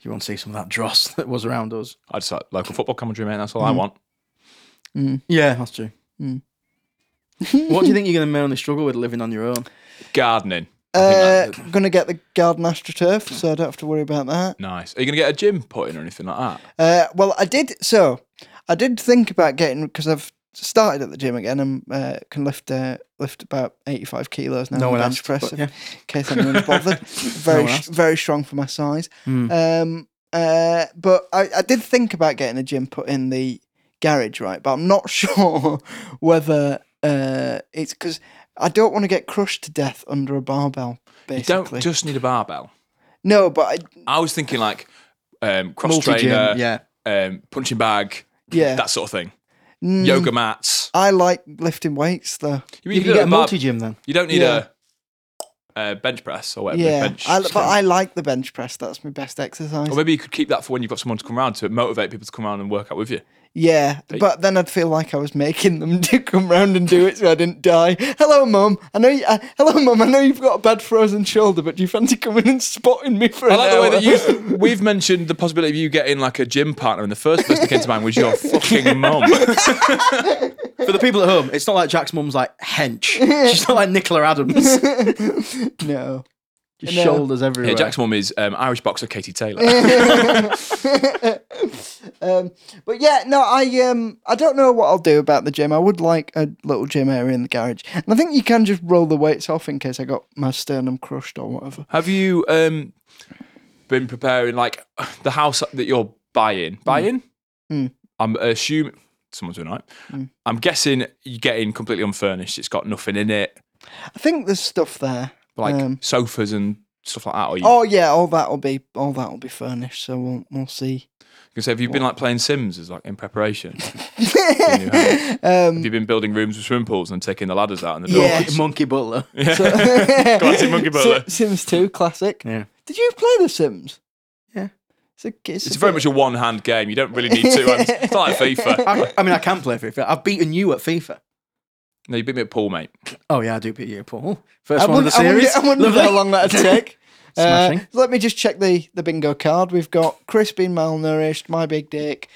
Speaker 3: you want to see some of that dross that was around us
Speaker 2: I just like local football commentary, man. That's all I
Speaker 1: Mm-hmm.
Speaker 2: want.
Speaker 3: Yeah, that's true. Hmm. what do you think you're going to mainly struggle with living on your own?
Speaker 2: Gardening. I think
Speaker 1: Uh,
Speaker 2: that-
Speaker 1: gonna get the garden astroturf, so I don't have to worry about that.
Speaker 2: nice. Are you going to get a gym put in or anything like that?
Speaker 1: Uh, well, I did. So I did think about getting because I've started at the gym again and uh, can lift uh, lift about eighty five kilos now.
Speaker 3: No one
Speaker 1: Bench
Speaker 3: asked,
Speaker 1: press,
Speaker 3: but
Speaker 1: if-
Speaker 3: yeah.
Speaker 1: In case anyone's bothered, very
Speaker 3: one
Speaker 1: sh-
Speaker 3: asked. Hmm.
Speaker 1: very strong for my size. Um, uh, but I, I did think about getting a gym put in the garage, right? But I'm not sure whether uh, it's because I don't want to get crushed to death under a barbell.
Speaker 2: Don't
Speaker 1: Basically,
Speaker 2: just need a barbell.
Speaker 1: no, but I,
Speaker 2: I was thinking like um, cross
Speaker 3: Multi-gym,
Speaker 2: trainer,
Speaker 3: yeah.
Speaker 2: um, punching bag,
Speaker 1: Yeah. Uh,
Speaker 2: that sort of thing. Yoga mats.
Speaker 1: I like lifting weights though.
Speaker 2: You,
Speaker 3: You
Speaker 2: can
Speaker 3: can get a
Speaker 2: bar-
Speaker 3: multi gym then.
Speaker 2: You don't need
Speaker 1: Yeah.
Speaker 2: a, a bench press or whatever.
Speaker 1: Yeah,
Speaker 2: bench Oh,
Speaker 1: I, but
Speaker 2: thing.
Speaker 1: I like the bench press. That's my best exercise.
Speaker 2: Or maybe you could keep that for when you've got someone to come round to motivate people to come round and work out with you.
Speaker 1: yeah, but then I'd feel like I was making them to come round and do it, so I didn't die. Hello, mum. I know. You, uh, hello, mum. I know you've got a bad frozen shoulder, but do you fancy coming and spotting me for
Speaker 2: I
Speaker 1: an
Speaker 2: like the way
Speaker 1: hour?
Speaker 2: that you. We've mentioned the possibility of you getting like a gym partner, and the first person that came to mind was your fucking mum.
Speaker 3: For the people at home, it's not like Jack's mum's like hench. She's not like Nicola Adams.
Speaker 1: no.
Speaker 3: Just
Speaker 1: No.
Speaker 3: shoulders everywhere.
Speaker 2: Yeah, Jack's mum is um, Irish boxer Katie Taylor.
Speaker 1: Um, but yeah, no. I um, I don't know what I'll do about the gym. I would like a little gym area in the garage, and I think you can just roll the weights off in case I got my sternum crushed or whatever.
Speaker 2: Have you um, been preparing like the house that you're buying?
Speaker 1: Mm.
Speaker 2: Buying? I'm assuming someone's doing it.
Speaker 1: Mm.
Speaker 2: I'm guessing you're getting completely unfurnished. It's got nothing in it,
Speaker 1: I think there's stuff there.
Speaker 2: like
Speaker 1: Um,
Speaker 2: sofas and stuff like that? Or you,
Speaker 1: Oh yeah, all that will be all that will be furnished. So we'll we'll see.
Speaker 2: you can say, have you been like playing Sims as like in preparation? have
Speaker 1: um,
Speaker 2: you been building rooms with swimming pools and taking the ladders out and the doors?
Speaker 1: Yeah.
Speaker 3: Monkey Butler.
Speaker 2: Yeah.
Speaker 1: so-
Speaker 2: Classic Monkey Butler.
Speaker 1: Si- Sims Two, classic.
Speaker 3: Yeah.
Speaker 1: Did you play The Sims?
Speaker 3: Yeah.
Speaker 1: It's, a, it's,
Speaker 2: It's very much a one hand game. You don't really need two hands. It's not like FIFA.
Speaker 3: I, I mean, I can play FIFA. I've beaten you at FIFA.
Speaker 2: No, you beat me at pool, mate.
Speaker 3: Oh yeah, I do beat you, Paul. First
Speaker 1: I
Speaker 3: one of
Speaker 1: wonder,
Speaker 3: the series.
Speaker 1: I wonder, I wonder
Speaker 3: Lovely.
Speaker 1: how long that'd take. Uh,
Speaker 3: Smashing.
Speaker 1: let me just check the, the bingo card. We've got Chris being malnourished, my big dick,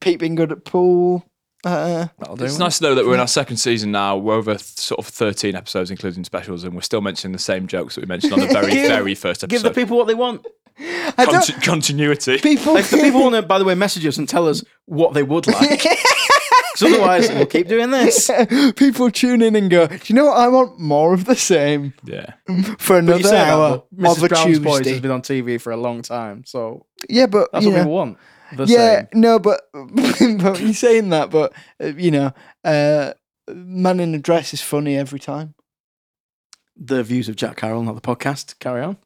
Speaker 1: Pete being good at pool. Uh,
Speaker 3: That'll do,
Speaker 2: It's
Speaker 3: won't
Speaker 2: nice to know that we're in our second season now. We're over th- sort of 13 episodes, including specials, and we're still mentioning the same jokes that we mentioned on the very,
Speaker 3: Give-
Speaker 2: very first
Speaker 3: it? Give the
Speaker 2: episode.
Speaker 3: people what they want.
Speaker 1: I don't,
Speaker 2: Conti- continuity.
Speaker 1: people,
Speaker 3: If the people want to, by the way, message us and tell us what they would like. Because otherwise, we'll keep doing this.
Speaker 1: people tune in and go, do you know what? I want more of the same
Speaker 2: Yeah.
Speaker 1: for
Speaker 3: You
Speaker 1: another
Speaker 3: say that,
Speaker 1: hour
Speaker 3: but Mrs.
Speaker 1: of a
Speaker 3: Brown's Boys has
Speaker 1: Tuesday.
Speaker 3: been on TV for a long time, so
Speaker 1: Yeah, but
Speaker 3: that's
Speaker 1: you
Speaker 3: what
Speaker 1: know,
Speaker 3: we want. The
Speaker 1: yeah,
Speaker 3: same.
Speaker 1: no, but, but you're saying that, but uh, you know, uh, man in a dress is funny every time.
Speaker 3: The views of Jack Carroll, not the podcast. Carry on.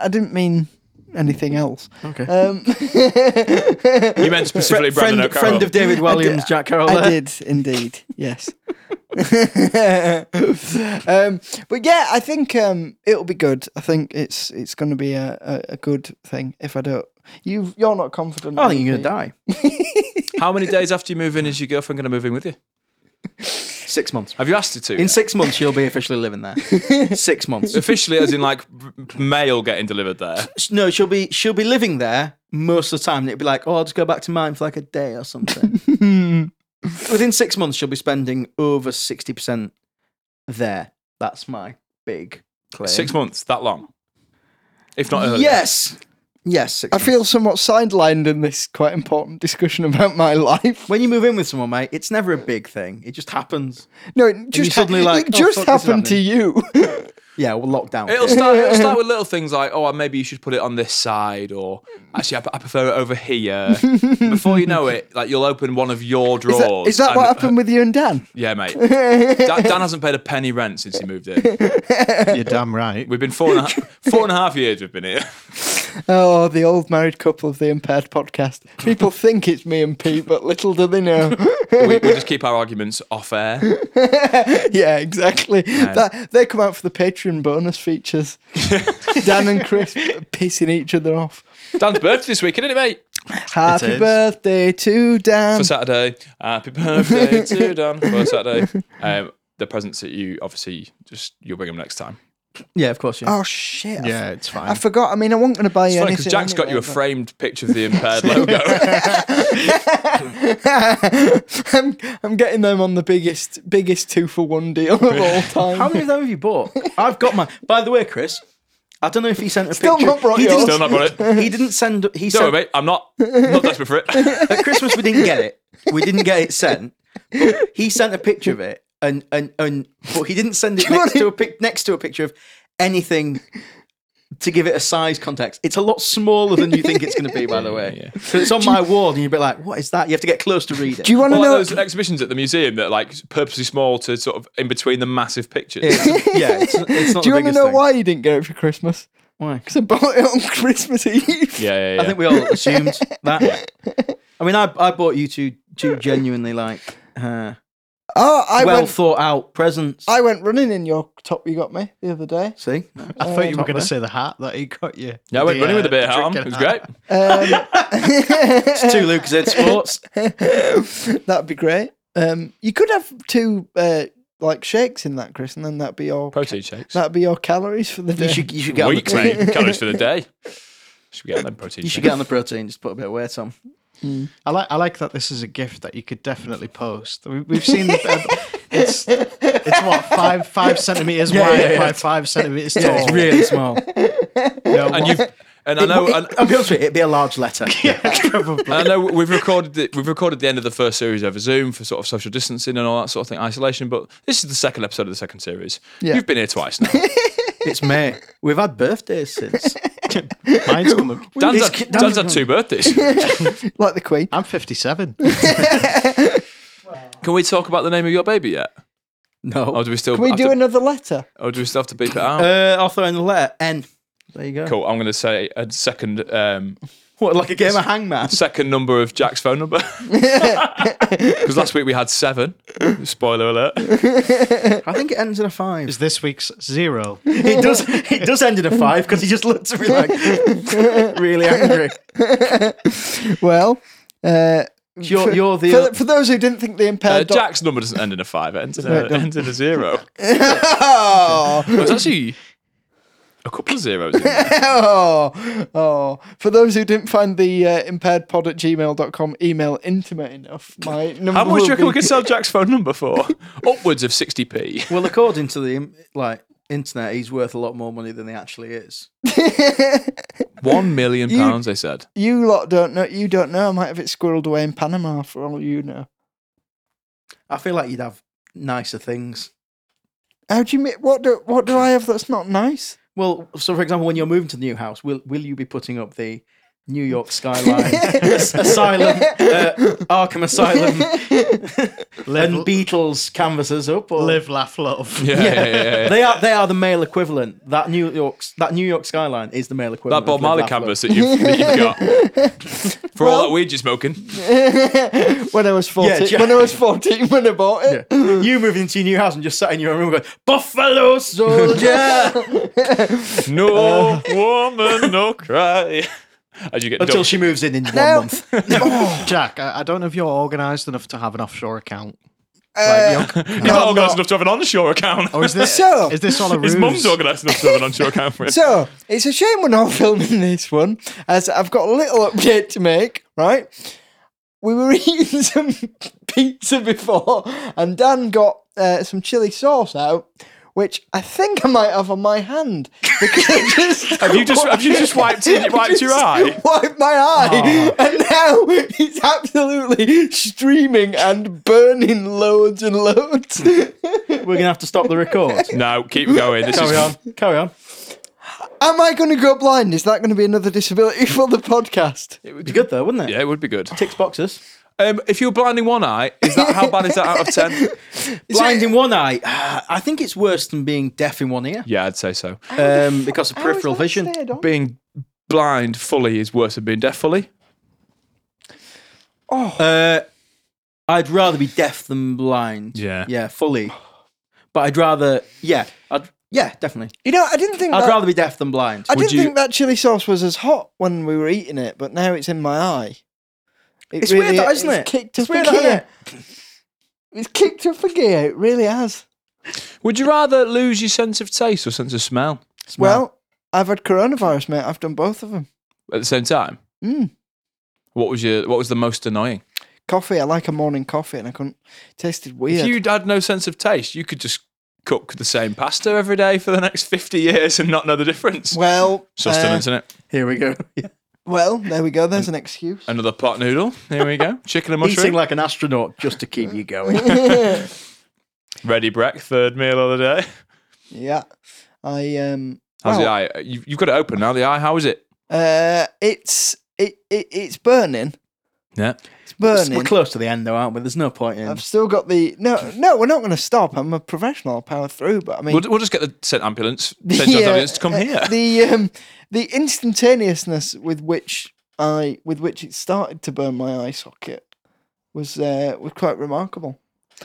Speaker 1: I didn't mean anything else.
Speaker 3: Okay.
Speaker 1: Um,
Speaker 2: You meant specifically
Speaker 3: Uh, friend,
Speaker 2: Brendan O'Carroll.
Speaker 3: friend of David Williams, Jack Carroll.
Speaker 1: I
Speaker 3: there.
Speaker 1: did indeed, yes. um, but yeah, I think um, it'll be good. I think it's it's going to be a, a, a good thing. If I don't, you you're not confident.
Speaker 3: I think Oh, you're gonna die.
Speaker 2: How many days after you move in is your girlfriend going to move in with you?
Speaker 3: Six months.
Speaker 2: Have you asked her to?
Speaker 3: In six months, you'll be officially living there. six months.
Speaker 2: Officially, as in like mail getting delivered there.
Speaker 3: No, she'll be she'll be living there most of the time. And it'll be like, oh, I'll just go back to mine for like a day or something. Within six months, she'll be spending over sixty percent there. That's my big claim.
Speaker 2: Six months, that long. If not earlier.
Speaker 3: Yes. Yes. Six
Speaker 1: I feel somewhat sidelined in this quite important discussion about my life.
Speaker 3: When you move in with someone, mate, it's never a big thing. It just happens.
Speaker 1: No, it just ha-
Speaker 3: suddenly like,
Speaker 1: it
Speaker 3: "Oh,
Speaker 1: just
Speaker 3: fuck, this is
Speaker 1: happened to you.
Speaker 3: Yeah, well, lockdown.
Speaker 2: It'll start, it'll start with little things like, oh, maybe you should put it on this side, or actually, I, I prefer it over here. Before you know it, like you'll open one of your
Speaker 1: Is
Speaker 2: drawers.
Speaker 1: that, is that
Speaker 2: and- uh,
Speaker 1: what happened with you and Dan?
Speaker 2: Yeah, mate. Dan, Dan hasn't paid a penny rent since he moved in.
Speaker 4: You're damn right.
Speaker 2: We've been four and a half, four and a half years we've been here.
Speaker 1: Oh, the old married couple of the impaired podcast. People think it's me and Pete, but little do they know.
Speaker 2: We, we just keep our arguments off air.
Speaker 1: yeah, exactly. That, they come out for the Patreon bonus features. Dan and Chris pissing each other off.
Speaker 2: Dan's birthday this week, isn't it, mate?
Speaker 1: Happy
Speaker 4: is.
Speaker 1: birthday to Dan.
Speaker 2: For Saturday. Happy birthday to Dan for Saturday. Um, the presents that you obviously just you'll bring them next time.
Speaker 3: yeah, of course. Yeah.
Speaker 1: Oh shit! I f-
Speaker 4: Yeah, it's
Speaker 1: I
Speaker 4: fine.
Speaker 1: forgot. I mean, I wasn't going to buy you
Speaker 2: It's funny
Speaker 1: anything.
Speaker 2: because Jack's got you a
Speaker 1: anyway,
Speaker 2: framed picture of the impaired logo.
Speaker 1: but- I'm, I'm getting them on the biggest, biggest two for one deal of all time.
Speaker 3: How many of them have you bought? I've got my. By the way, Chris, I don't know if he sent a
Speaker 1: Still
Speaker 3: picture.
Speaker 1: not brought
Speaker 3: he
Speaker 1: yours.
Speaker 3: didn't-
Speaker 2: Still not brought it.
Speaker 3: He didn't send. He sent
Speaker 2: Don't worry, mate. I'm not not desperate for it.
Speaker 3: at Christmas we didn't get it. We didn't get it sent. But he sent a picture of it, and and and but he didn't send it next to a pic, next to a picture of anything to give it a size context. It's a lot smaller than you think it's going to be, by the way. Because it's on my wall, and you'd be like, "What is that?" You have to get close to read it.
Speaker 1: Do you want to
Speaker 2: Well, like
Speaker 1: know?
Speaker 2: those exhibitions at the museum that are like purposely small to sort of in between the massive pictures.
Speaker 3: yeah, it's, it's not.
Speaker 1: do you
Speaker 3: the
Speaker 1: want to
Speaker 3: biggest
Speaker 1: know
Speaker 3: thing.
Speaker 1: why you didn't get it for Christmas?
Speaker 3: Why?
Speaker 1: Because I bought it on Christmas Eve.
Speaker 2: Yeah, yeah, yeah.
Speaker 3: I think we all assumed that. I mean, I I bought you two two genuinely like uh,
Speaker 1: Oh, I
Speaker 3: well
Speaker 1: went.
Speaker 3: thought out presents.
Speaker 1: I went running in your top you got me the other day.
Speaker 3: See,
Speaker 4: I thought you were
Speaker 3: top
Speaker 4: going to
Speaker 3: there.
Speaker 4: say the hat that he got you.
Speaker 2: yeah, I went
Speaker 4: The,
Speaker 2: running with a
Speaker 4: uh,
Speaker 2: bit of hat on. It
Speaker 4: drinking
Speaker 2: was
Speaker 4: hat.
Speaker 2: great.
Speaker 1: Um,
Speaker 3: it's two Lucas Ed Sports.
Speaker 1: that'd be great. Um, you could have two uh, like shakes in that, Chris, and then that'd be your
Speaker 2: Protein shakes.
Speaker 1: that'd be your calories for the day.
Speaker 3: You should you should get
Speaker 2: Weak,
Speaker 3: on the,
Speaker 2: mate. Calories for the day. Should we get them protein
Speaker 3: you should
Speaker 2: shakes?
Speaker 3: get on the protein. Just put a bit of weight on.
Speaker 4: I like I like that this is a gift that you could definitely post. We, we've seen uh, it's it's what five five centimeters wide
Speaker 3: yeah, yeah.
Speaker 4: by five centimeters tall.
Speaker 3: It's really small.
Speaker 4: No,
Speaker 2: and
Speaker 4: what-
Speaker 2: you and I know and,
Speaker 3: I'll be honest with you, it'd be a large letter.
Speaker 2: and I know we've recorded the, we've recorded the end of the first series over Zoom for sort of social distancing and all that sort of thing, isolation. But this is the second episode of the second series.
Speaker 1: Yeah.
Speaker 2: You've been here twice now.
Speaker 3: It's May. We've had birthdays since.
Speaker 4: mine's coming.
Speaker 2: Dan's,
Speaker 3: This
Speaker 2: had, Dan's had two birthdays.
Speaker 1: like the Queen.
Speaker 4: I'm 57.
Speaker 2: Can we talk about the name of your baby yet?
Speaker 3: No.
Speaker 2: Or do we still?
Speaker 1: Can we
Speaker 2: have
Speaker 1: do
Speaker 2: to,
Speaker 1: another letter?
Speaker 2: Or do we still have to beep it out?
Speaker 3: Uh, I'll throw in the letter N. There you go.
Speaker 2: Cool. I'm going to say a second um,
Speaker 3: What, like a game of hangman?
Speaker 2: second number of Jack's phone number because last week we had seven. Spoiler alert.
Speaker 3: I think it ends in a five.
Speaker 4: Is this week's zero?
Speaker 3: it does. It does end in a five because he just looked at me like really angry.
Speaker 1: Well, uh,
Speaker 3: You're, you're the.
Speaker 1: for, for those who didn't think the
Speaker 2: Uh,
Speaker 1: impaired dog-
Speaker 2: Jack's number doesn't end in a five. It ends in a, ends in a zero.
Speaker 1: Oh,
Speaker 2: There's actually a couple of zeros. In there.
Speaker 1: oh, oh. For those who didn't find the uh, impairedpod at gmail.com email intimate enough, my number
Speaker 2: How much do
Speaker 1: will
Speaker 2: you reckon we
Speaker 1: be-
Speaker 2: could sell Jack's phone number for? Upwards of 60p.
Speaker 3: well, according to the im- like internet, he's worth a lot more money than he actually is.
Speaker 2: One million pounds, they said.
Speaker 1: You lot don't know. You don't know. I might have it squirreled away in Panama for all you know.
Speaker 3: I feel like you'd have nicer things.
Speaker 1: How do you mi- what do what do I have that's not nice?
Speaker 3: Well, so for example, when you're moving to the new house, will will you be putting up the New York skyline, asylum, uh, Arkham Asylum,
Speaker 4: Live,
Speaker 3: and Beatles canvases up? Or?
Speaker 4: live laugh, love.
Speaker 2: Yeah, yeah, yeah. yeah.
Speaker 3: They are they are the male equivalent. That New York that New York skyline is the male equivalent.
Speaker 2: That Bob
Speaker 3: of Live,
Speaker 2: Marley
Speaker 3: Laugh,
Speaker 2: canvas that you've, that you've got for all that weed you're smoking.
Speaker 1: when I was fourteen,
Speaker 3: Jack-
Speaker 1: when I was fourteen, when I bought it.
Speaker 3: Love. Yeah. You moving into your new house and just sat in your own room going Buffalo Soldier
Speaker 2: No woman, no cry. As you get
Speaker 3: until
Speaker 2: dumped.
Speaker 3: she moves in in one
Speaker 1: No.
Speaker 3: month.
Speaker 1: oh,
Speaker 4: Jack, I, I don't know if you're organised enough to have an offshore account.
Speaker 1: Uh,
Speaker 2: You're not
Speaker 1: I'm
Speaker 2: organised
Speaker 1: not.
Speaker 2: enough to have an onshore account.
Speaker 4: Or is this
Speaker 1: So-
Speaker 4: is this all a Oh, ruse?
Speaker 2: His mum's organised enough to have an onshore account for him.
Speaker 1: so it's a shame we're not filming this one, as I've got a little update to make. Right, we were eating some pizza before, and Dan got uh, some chili sauce out. Which I think I might have on my hand because I just
Speaker 2: have you just have you just wiped it, wiped your eye? Oh.
Speaker 1: wiped my eye, and now it's absolutely streaming and burning loads and loads.
Speaker 3: We're gonna have to stop the record.
Speaker 2: No, keep going. This
Speaker 3: Carry
Speaker 2: is
Speaker 3: on. Carry on.
Speaker 1: Am I going to go blind? Is that going to be another disability for the podcast?
Speaker 3: It'd be good though, wouldn't it?
Speaker 2: yeah, it would be good.
Speaker 3: Ticks boxes.
Speaker 2: Um, if you're blinding one eye, is that how bad is that out of ten?
Speaker 3: Blind in one eye. Ah, I think it's worse than being deaf in one ear.
Speaker 2: Yeah, I'd say so.
Speaker 3: Um, because of
Speaker 1: How is
Speaker 3: peripheral
Speaker 1: that
Speaker 3: vision.
Speaker 1: stayed on?
Speaker 2: Being blind fully is worse than being deaf fully.
Speaker 3: Uh, I'd rather be deaf than blind.
Speaker 2: Yeah.
Speaker 3: Yeah, fully. But I'd rather, yeah, I'd, yeah, definitely.
Speaker 1: You know, I didn't think
Speaker 3: I'd
Speaker 1: that,
Speaker 3: rather be deaf than blind.
Speaker 1: I didn't
Speaker 2: you-
Speaker 1: think that chili sauce was as hot when we were eating it, but now it's in my eye. It
Speaker 3: It's weird
Speaker 1: really-
Speaker 3: that, isn't
Speaker 1: it's
Speaker 3: it?
Speaker 1: Kicked
Speaker 3: It's
Speaker 1: up
Speaker 3: weird
Speaker 1: a
Speaker 3: that,
Speaker 1: gear.
Speaker 3: isn't it?
Speaker 1: It's kicked up a gear. It really has.
Speaker 2: Would you rather lose your sense of taste or sense of smell
Speaker 1: Well, I've had coronavirus, mate. I've done both of them.
Speaker 2: at the same time?
Speaker 1: Mm.
Speaker 2: What was your What was the most annoying?
Speaker 1: Coffee. I like a morning coffee, and I couldn't. It tasted weird.
Speaker 2: If you had no sense of taste, you could just cook the same pasta every day for the next fifty years and not know the difference.
Speaker 1: well, uh,
Speaker 2: Sustenance, innit?
Speaker 3: Here we go. Yeah.
Speaker 1: well, there we go. There's an excuse.
Speaker 2: Another pot noodle. Here we go. Chicken and
Speaker 3: Eating
Speaker 2: mushroom.
Speaker 3: like an astronaut just to keep you going.
Speaker 2: Ready break. Third meal of the day.
Speaker 1: yeah, I um.
Speaker 2: How's
Speaker 1: well,
Speaker 2: the eye? You've, you've got it open now. The eye. How is it?
Speaker 1: Uh, it's it, it it's burning.
Speaker 2: Yeah.
Speaker 1: It's
Speaker 3: We're
Speaker 1: burning.
Speaker 3: close to the end though, aren't we? There's no point in.
Speaker 1: I've still got the no no. We're not going to stop. I'm a professional. I'll power through. But I mean,
Speaker 2: We'll, we'll just get the sent ambulance. St John's
Speaker 1: uh,
Speaker 2: ambulance to come
Speaker 1: uh,
Speaker 2: here.
Speaker 1: The um the instantaneousness with which I with which it started to burn my eye socket was uh was quite remarkable.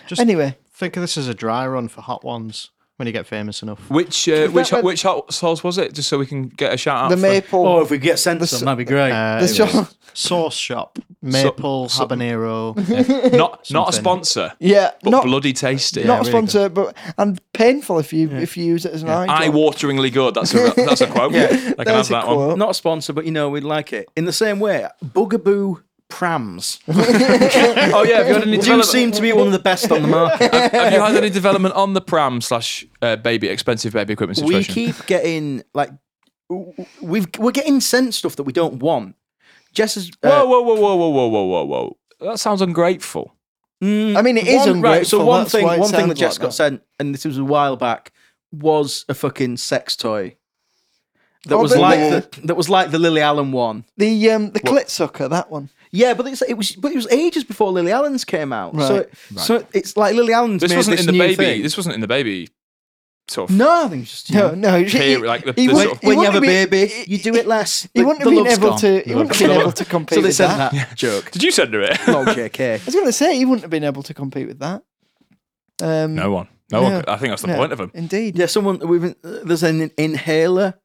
Speaker 4: Just-
Speaker 1: anyway,
Speaker 4: Think of this as a dry run for hot ones when you get famous enough.
Speaker 2: Which uh,
Speaker 1: that
Speaker 2: which
Speaker 1: where-
Speaker 2: which hot sauce was it? Just so we can get a shout out.
Speaker 1: the
Speaker 2: for-
Speaker 1: maple.
Speaker 3: Oh, if we could get sent
Speaker 1: s-
Speaker 3: some, that'd be great.
Speaker 4: Uh,
Speaker 1: the
Speaker 4: it
Speaker 1: shop-
Speaker 4: was sauce shop, maple
Speaker 2: so-
Speaker 4: habanero.
Speaker 2: not not a
Speaker 4: something.
Speaker 2: sponsor,
Speaker 1: yeah,
Speaker 2: but
Speaker 1: not
Speaker 2: bloody tasty.
Speaker 1: not a
Speaker 4: really good.
Speaker 1: sponsor, but and painful if you if you use it as an eye.
Speaker 2: Eye
Speaker 1: drop.
Speaker 2: wateringly good. That's a that's a quote. I can have
Speaker 1: There's a
Speaker 2: that one.
Speaker 1: quote.
Speaker 3: Not a sponsor, but you know we'd like it. In the same way, Bugaboo prams
Speaker 2: Oh yeah, have you had
Speaker 3: do
Speaker 2: any development?
Speaker 3: seem to be one of the best on the market.
Speaker 2: have you had any development on the pram slash uh, baby expensive baby equipment
Speaker 3: we
Speaker 2: situation?
Speaker 3: keep getting like w- w- we've we're getting sent stuff that we don't want. Jess is uh,
Speaker 2: whoa, whoa, whoa, whoa, whoa, whoa, whoa, whoa, whoa! That sounds ungrateful.
Speaker 1: I mean, it is
Speaker 3: one, right. So
Speaker 1: ungrateful,
Speaker 3: one
Speaker 1: that's
Speaker 3: thing,
Speaker 1: why it
Speaker 3: one thing
Speaker 1: sounds
Speaker 3: that Jess
Speaker 1: like
Speaker 3: got sent, and this was a while back, was a fucking sex toy that
Speaker 1: Oh,
Speaker 3: was
Speaker 1: but
Speaker 3: like
Speaker 1: no.
Speaker 3: the, that was like the Lily Allen one.
Speaker 1: The um the clit sucker that one.
Speaker 3: Yeah, but it's, it was but it was ages before Lily Allen's came out. So
Speaker 1: Right.
Speaker 3: it, so it's like Lily Allen's
Speaker 2: This
Speaker 3: made
Speaker 2: wasn't
Speaker 3: this
Speaker 2: in the
Speaker 3: new
Speaker 2: baby.
Speaker 3: thing.
Speaker 2: This wasn't in the baby sort of
Speaker 3: No, I think it's just you
Speaker 1: No,
Speaker 3: know,
Speaker 1: no.
Speaker 2: peer, like the,
Speaker 1: he
Speaker 2: the
Speaker 1: would-
Speaker 2: sort of
Speaker 1: he
Speaker 3: when you
Speaker 1: wouldn't
Speaker 3: have a
Speaker 1: have been-
Speaker 3: baby, you do it less.
Speaker 1: He
Speaker 3: The-
Speaker 1: wouldn't
Speaker 3: the
Speaker 1: have been
Speaker 3: love's
Speaker 1: able
Speaker 3: gone.
Speaker 1: to. He wouldn't have been able to compete
Speaker 3: So they
Speaker 1: with
Speaker 3: said
Speaker 1: that.
Speaker 3: that, joke.
Speaker 2: Did you send her it?
Speaker 3: Lol, JK.
Speaker 1: I was going to say he wouldn't have been able to compete with that. Um,
Speaker 2: No one. No one.
Speaker 1: No.
Speaker 2: could- I think that's the
Speaker 1: no,
Speaker 2: point of them.
Speaker 1: Indeed.
Speaker 3: Yeah, someone uh, we've, there's an inhaler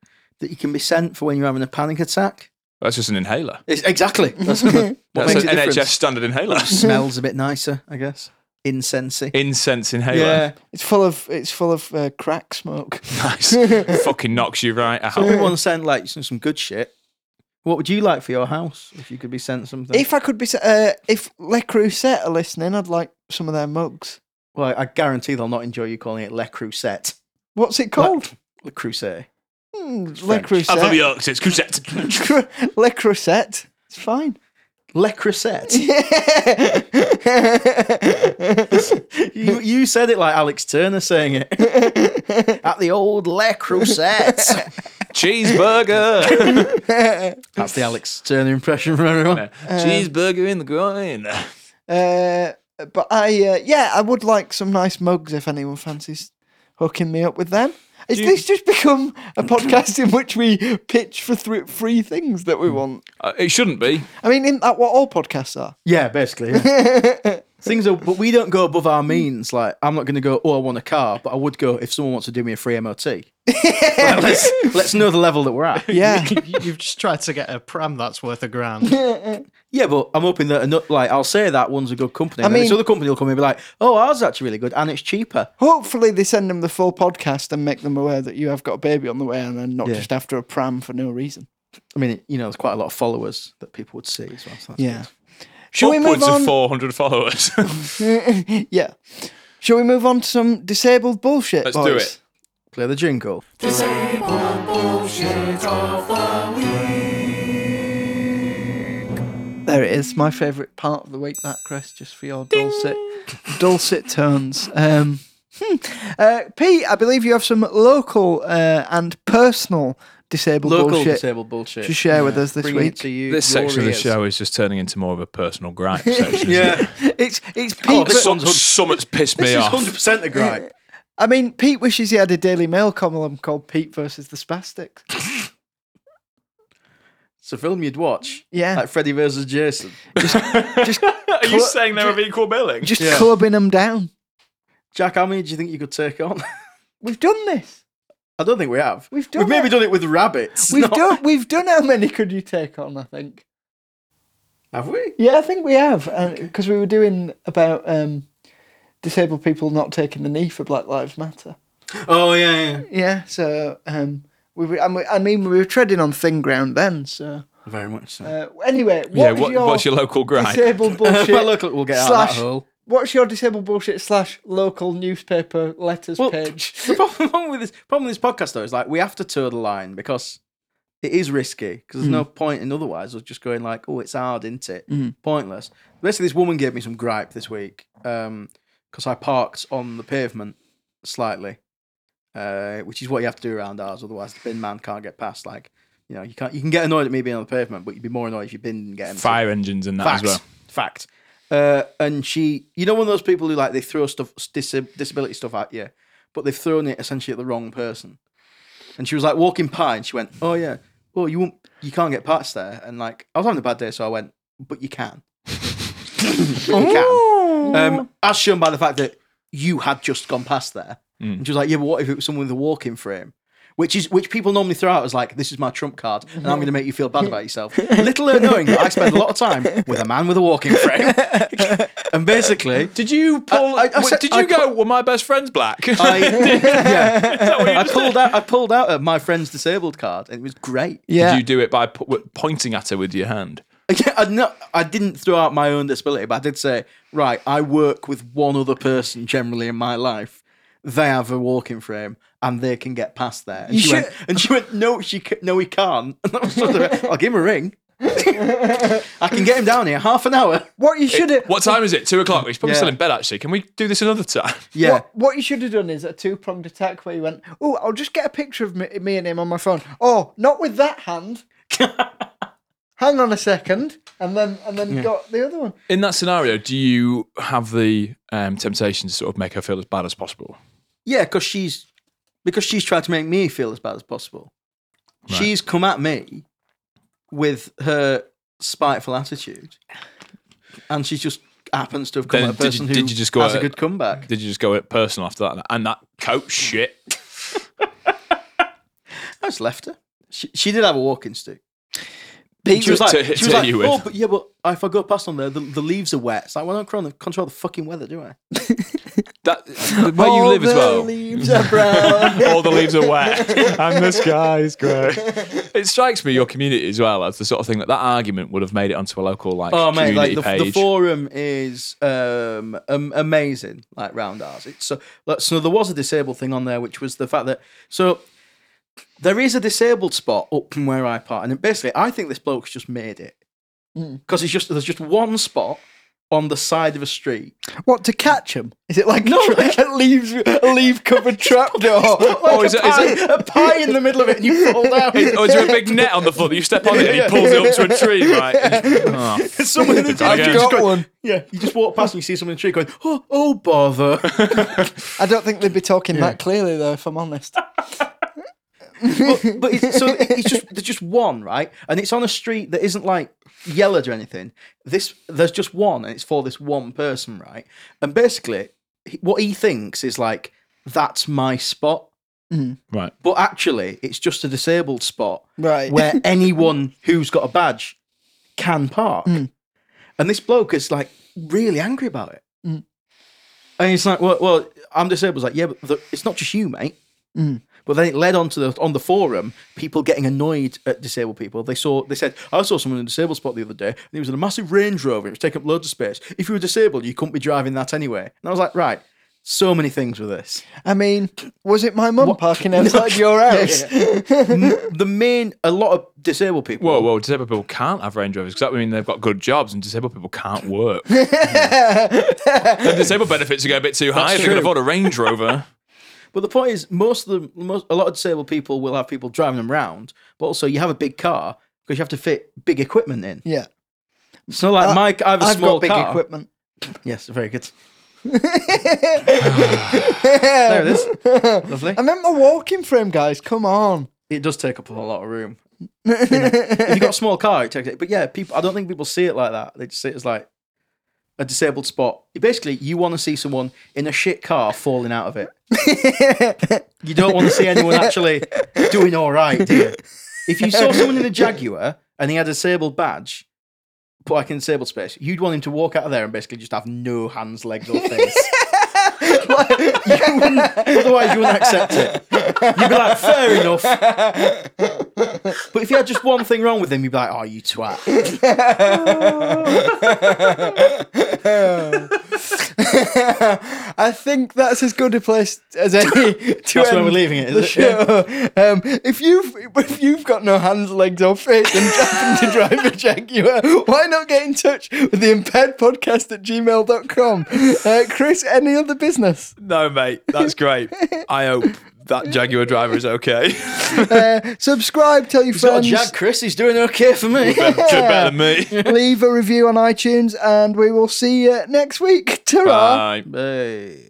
Speaker 3: that you can be sent for when you're having a panic attack.
Speaker 2: That's just an inhaler.
Speaker 3: It's, exactly. That's what
Speaker 2: That's
Speaker 3: makes
Speaker 2: an
Speaker 3: a difference.
Speaker 2: NHS standard inhaler.
Speaker 3: Smells a bit nicer, I guess. Incensey.
Speaker 2: Incense inhaler.
Speaker 3: Yeah.
Speaker 1: It's full of it's full of uh, crack smoke.
Speaker 2: Nice. Fucking knocks you right out.
Speaker 3: Someone once sent like some, some good shit. What would you like for your house if you could be sent something?
Speaker 1: If I could be, s- uh, if Le Creuset are listening, I'd like some of their mugs.
Speaker 3: well, I guarantee they'll not enjoy you calling it Le Creuset.
Speaker 1: What's it called?
Speaker 3: Le Creuset.
Speaker 1: Hmm, Le
Speaker 3: French.
Speaker 2: Alpha
Speaker 1: Creuset.
Speaker 2: York, it's Crusette.
Speaker 1: Le Creuset. It's fine.
Speaker 3: Le Creuset.
Speaker 1: Yeah.
Speaker 3: you, you said it like Alex Turner saying it. At the old Le Creuset.
Speaker 2: Cheeseburger.
Speaker 3: That's the Alex Turner impression for everyone.
Speaker 2: Cheeseburger in the groin.
Speaker 1: Uh, but I, uh, yeah, I would like some nice mugs if anyone fancies hooking me up with them. Is
Speaker 2: Do you-
Speaker 1: this just become a podcast in which we pitch for thr free things that we want?
Speaker 2: Uh, it shouldn't be.
Speaker 1: I mean, isn't that what all podcasts are?
Speaker 3: Yeah, basically. yeah. Things are, but we don't go above our means. Like, I'm not going to go, oh, I want a car, but I would go if someone wants to do me a free MOT. Like, let's, let's know the level that we're at.
Speaker 1: Yeah.
Speaker 4: You've just tried to get a pram that's worth a grand.
Speaker 3: Yeah, but I'm hoping that, ano- like, I'll say that one's a good company. And
Speaker 1: I
Speaker 3: then this
Speaker 1: mean-
Speaker 3: other company will come in and be like, oh, ours is actually really good and it's cheaper.
Speaker 1: Hopefully, they send them the full podcast and make them aware that you have got a baby on the way and then not
Speaker 3: Yeah.
Speaker 1: just after a pram for no reason.
Speaker 3: I mean, it, you know, there's quite a lot of followers that people would see as well. So that's
Speaker 1: Yeah.
Speaker 3: good.
Speaker 1: Shall we move
Speaker 2: Upwards
Speaker 1: on?
Speaker 2: of 400 followers.
Speaker 1: yeah. Shall we move on to some disabled bullshit?
Speaker 2: Let's do
Speaker 1: boys?
Speaker 2: it.
Speaker 3: Play the jingle.
Speaker 1: There it is, my favourite part of the week. That Chris, just for your dulcet, dulcet tones. Um, hmm. uh, Pete, I believe you have some local uh, and personal disabled
Speaker 3: Local
Speaker 1: bullshit
Speaker 3: disabled bullshit.
Speaker 1: to share with us this
Speaker 3: Bringing it
Speaker 1: week.
Speaker 3: to you.
Speaker 2: this
Speaker 3: your
Speaker 2: section of the
Speaker 3: ears.
Speaker 2: show is just turning into more of a personal gripe section. isn't it?
Speaker 3: Yeah.
Speaker 1: It's it's Pete.
Speaker 3: Oh,
Speaker 1: that-
Speaker 3: this one's
Speaker 2: Some- Something's pissed me
Speaker 3: This is
Speaker 2: off.
Speaker 3: 100% a gripe.
Speaker 1: I mean, Pete wishes he had a Daily Mail column called "Pete versus the Spastics."
Speaker 3: It's a film you'd watch.
Speaker 1: Yeah.
Speaker 3: Like Freddy versus Jason.
Speaker 1: Just
Speaker 2: Are you saying they're of equal billing?
Speaker 1: just
Speaker 3: Yeah.
Speaker 1: clubbing them down.
Speaker 3: Jack, how many do you think you could take on?
Speaker 1: We've done this.
Speaker 3: I don't think we have.
Speaker 1: We've done
Speaker 3: We've maybe
Speaker 1: it.
Speaker 3: done it with rabbits.
Speaker 1: We've
Speaker 3: not-
Speaker 1: done. We've done. How many could you take on? I think.
Speaker 3: Have we?
Speaker 1: Yeah, I think we have, because we were doing about um, disabled people not taking the knee for Black Lives Matter.
Speaker 3: Oh yeah, yeah.
Speaker 1: Yeah, so um, we were. and we- I mean, we were treading on thin ground then. So
Speaker 3: Very much so.
Speaker 1: uh, anyway,
Speaker 2: yeah,
Speaker 1: what's
Speaker 2: what,
Speaker 1: your,
Speaker 2: what's your local gripe?
Speaker 1: disabled bullshit?
Speaker 3: well, look, look, we'll get out of
Speaker 1: Oh, slash,
Speaker 3: that hole.
Speaker 1: What's your disabled bullshit slash local newspaper letters
Speaker 3: Well,
Speaker 1: page?
Speaker 3: The problem, problem with this problem with this podcast though is like we have to toe the line because it is risky because there's no point in otherwise us just going like, oh, it's hard, isn't it? Pointless. Basically, this woman gave me some gripe this week because I parked on the pavement slightly, uh, which is what you have to do around ours. Otherwise, the bin man can't get past. Like, you know, you can't. You can get annoyed at me being on the pavement, but you'd be more annoyed if your bin didn't get empty.
Speaker 2: Fire engines and that
Speaker 3: Fact.
Speaker 2: as well.
Speaker 3: Fact. Uh, and she, you know, one of those people who like they throw stuff, disab- disability stuff at you, but they've thrown it essentially at the wrong person. And she was like walking by, and she went, "Oh yeah, well you won't, you can't get past there." And like I was having a bad day, so I went, "But you can." but you can. Um, as shown by the fact that you had just gone past there.
Speaker 2: Hmm.
Speaker 3: And she was like, "Yeah, but what if it was someone with a walking frame?" Which is which people normally throw out as like, "This is my trump card, and I'm going to make you feel bad about yourself." Little knowing that I spend a lot of time with a man with a walking frame, and basically,
Speaker 2: Did you pull?
Speaker 3: I- I
Speaker 2: w-
Speaker 3: said-
Speaker 2: did you
Speaker 3: I
Speaker 2: go? Well, my best friend's black.
Speaker 3: I, yeah, I pulled out. I pulled out a my friend's disabled card, and it was great.
Speaker 1: yeah,
Speaker 2: Did you do it by po- w- pointing at her with your hand?
Speaker 3: Yeah, I, no, I didn't throw out my own disability, but I did say, right, I work with one other person generally in my life. They have a walking frame and they can get past there. And,
Speaker 1: You
Speaker 3: she,
Speaker 1: should-
Speaker 3: went, and she went, no, she ca- no, he can't. And I was sort of, I'll give him a ring. I can get him down here half an hour.
Speaker 1: what you should have.
Speaker 2: What time is it? Two o'clock. He's probably
Speaker 3: Yeah.
Speaker 2: still in bed. Actually, can we do this another time?
Speaker 3: Yeah.
Speaker 1: What, what you should have done is a two pronged attack where you went, oh, I'll just get a picture of me, me and him on my phone. Oh, not with that hand. Hang on a second, and then and then got the other one.
Speaker 2: In that scenario, do you have the um, temptation to sort of make her feel as bad as possible?
Speaker 3: Yeah, because she's because she's tried to make me feel as bad as possible.
Speaker 2: Right.
Speaker 3: She's come at me with her spiteful attitude, and she just happens to have come
Speaker 2: Then
Speaker 3: at a
Speaker 2: did you-
Speaker 3: person who
Speaker 2: did you just go
Speaker 3: has a
Speaker 2: at-
Speaker 3: good comeback.
Speaker 2: Did you just go at personal after that? And that coat shit. Mm.
Speaker 3: I just left her. She, she did have a walking stick.
Speaker 2: Pete
Speaker 3: She was like, she
Speaker 2: to, to
Speaker 3: was
Speaker 2: hit
Speaker 3: like
Speaker 2: you with.
Speaker 3: oh, but, yeah, but if I go past on there, the, the leaves are wet. It's like, well, I don't control the, control the fucking weather, do I?
Speaker 2: That, where you
Speaker 1: All
Speaker 2: live as
Speaker 1: the
Speaker 2: well.
Speaker 1: leaves are brown.
Speaker 2: All the leaves are wet, and the sky is grey. It strikes me your community as well as the sort of thing that that argument would have made it onto a local like
Speaker 3: Oh mate, like
Speaker 2: community
Speaker 3: the, the
Speaker 2: page.
Speaker 3: forum is um, um amazing. Like round ours, it's so. look, So there was a disabled thing on there, which was the fact that so there is a disabled spot up from where I park, and basically I think this bloke's just made it because it's just there's just one spot on the side of a street.
Speaker 1: What to catch them? Is it like
Speaker 3: No,
Speaker 1: a, tra-
Speaker 3: like-
Speaker 1: a leaves a leaf covered trapdoor?
Speaker 2: Oh, is it- is it-
Speaker 3: a pie in the middle of it, and you fall down.
Speaker 2: Oh, is there a big net on the floor that you step on it and he pulls it up to a tree, right? Oh,
Speaker 3: Someone in the
Speaker 2: I've
Speaker 3: you
Speaker 2: got
Speaker 3: just go-
Speaker 1: one.
Speaker 3: Yeah, you just walk past and you see someone in the tree going, "Oh, oh, bother."
Speaker 1: I don't think they'd be talking that clearly though, if I'm honest.
Speaker 3: but it's, so it's just there's just one right, and it's on a street that isn't like yellowed or anything. This there's just one, and it's for this one person, right? And basically, he- what he thinks is like that's my spot,
Speaker 2: right.
Speaker 3: but actually, it's just a disabled spot
Speaker 1: Right.
Speaker 3: where anyone who's got a badge can park. And this bloke is like really angry about it. And it's like, well, well, I'm disabled. It's like, yeah, but the, it's not just you, mate. But then it led on to the on the forum people getting annoyed at disabled people. They saw they said I saw someone in a disabled spot the other day, and he was in a massive Range Rover. It was taking up loads of space. If you were disabled, you couldn't be driving that anyway. And I was like, right, so many things with this.
Speaker 1: I mean, was it my mum parking outside your house?
Speaker 3: N- the main a lot of disabled people.
Speaker 2: Whoa, whoa, disabled people can't have Range Rovers because that would mean they've got good jobs and disabled people can't work. the disabled benefits go a bit too high if they can
Speaker 3: true.
Speaker 2: afford a Range Rover.
Speaker 3: But the point is, most of the most, a lot of disabled people will have people driving them around, but also you have a big car because you have to fit big equipment in.
Speaker 1: Yeah,
Speaker 3: It's not like
Speaker 1: I-
Speaker 3: Mike. I have a
Speaker 1: I've got
Speaker 3: small
Speaker 1: big
Speaker 3: car.
Speaker 1: equipment.
Speaker 3: Yes, very good. there it is. Lovely.
Speaker 1: I meant my walking frame, guys. Come on.
Speaker 3: It does take up a lot of room. You know, if you've got a small car, it takes it. But yeah, people. I don't think people see it like that. They just see it as like a disabled spot. Basically, you want to see someone in a shit car falling out of it. you don't want to see anyone actually doing all right, do you? If you saw someone in a Jaguar and he had a disabled badge, but like in disabled space, you'd want him to walk out of there and basically just have no hands, legs, or face. Like, you wouldn't- otherwise, you wouldn't accept it. You'd be like, fair enough. But if you had just one thing wrong with him, you'd be like, oh, you twat.
Speaker 1: I think that's as good a place as any. To
Speaker 3: That's where
Speaker 1: end
Speaker 3: we're leaving it, is
Speaker 1: the
Speaker 3: it?
Speaker 1: show. Um, if you've if you've got no hands, legs, or feet and happen to drive a Jaguar, why not get in touch with the impaired podcast at gmail.com? Uh, Chris, any other business?
Speaker 2: No, mate, that's great. I hope that Jaguar driver is okay.
Speaker 1: Uh, subscribe, tell your
Speaker 3: So,
Speaker 1: friends.
Speaker 3: Jag Chris, he's doing okay for me.
Speaker 2: better than me.
Speaker 1: leave a review on iTunes, and we will see you next week. Ta-ra!
Speaker 2: Bye.
Speaker 3: Hey.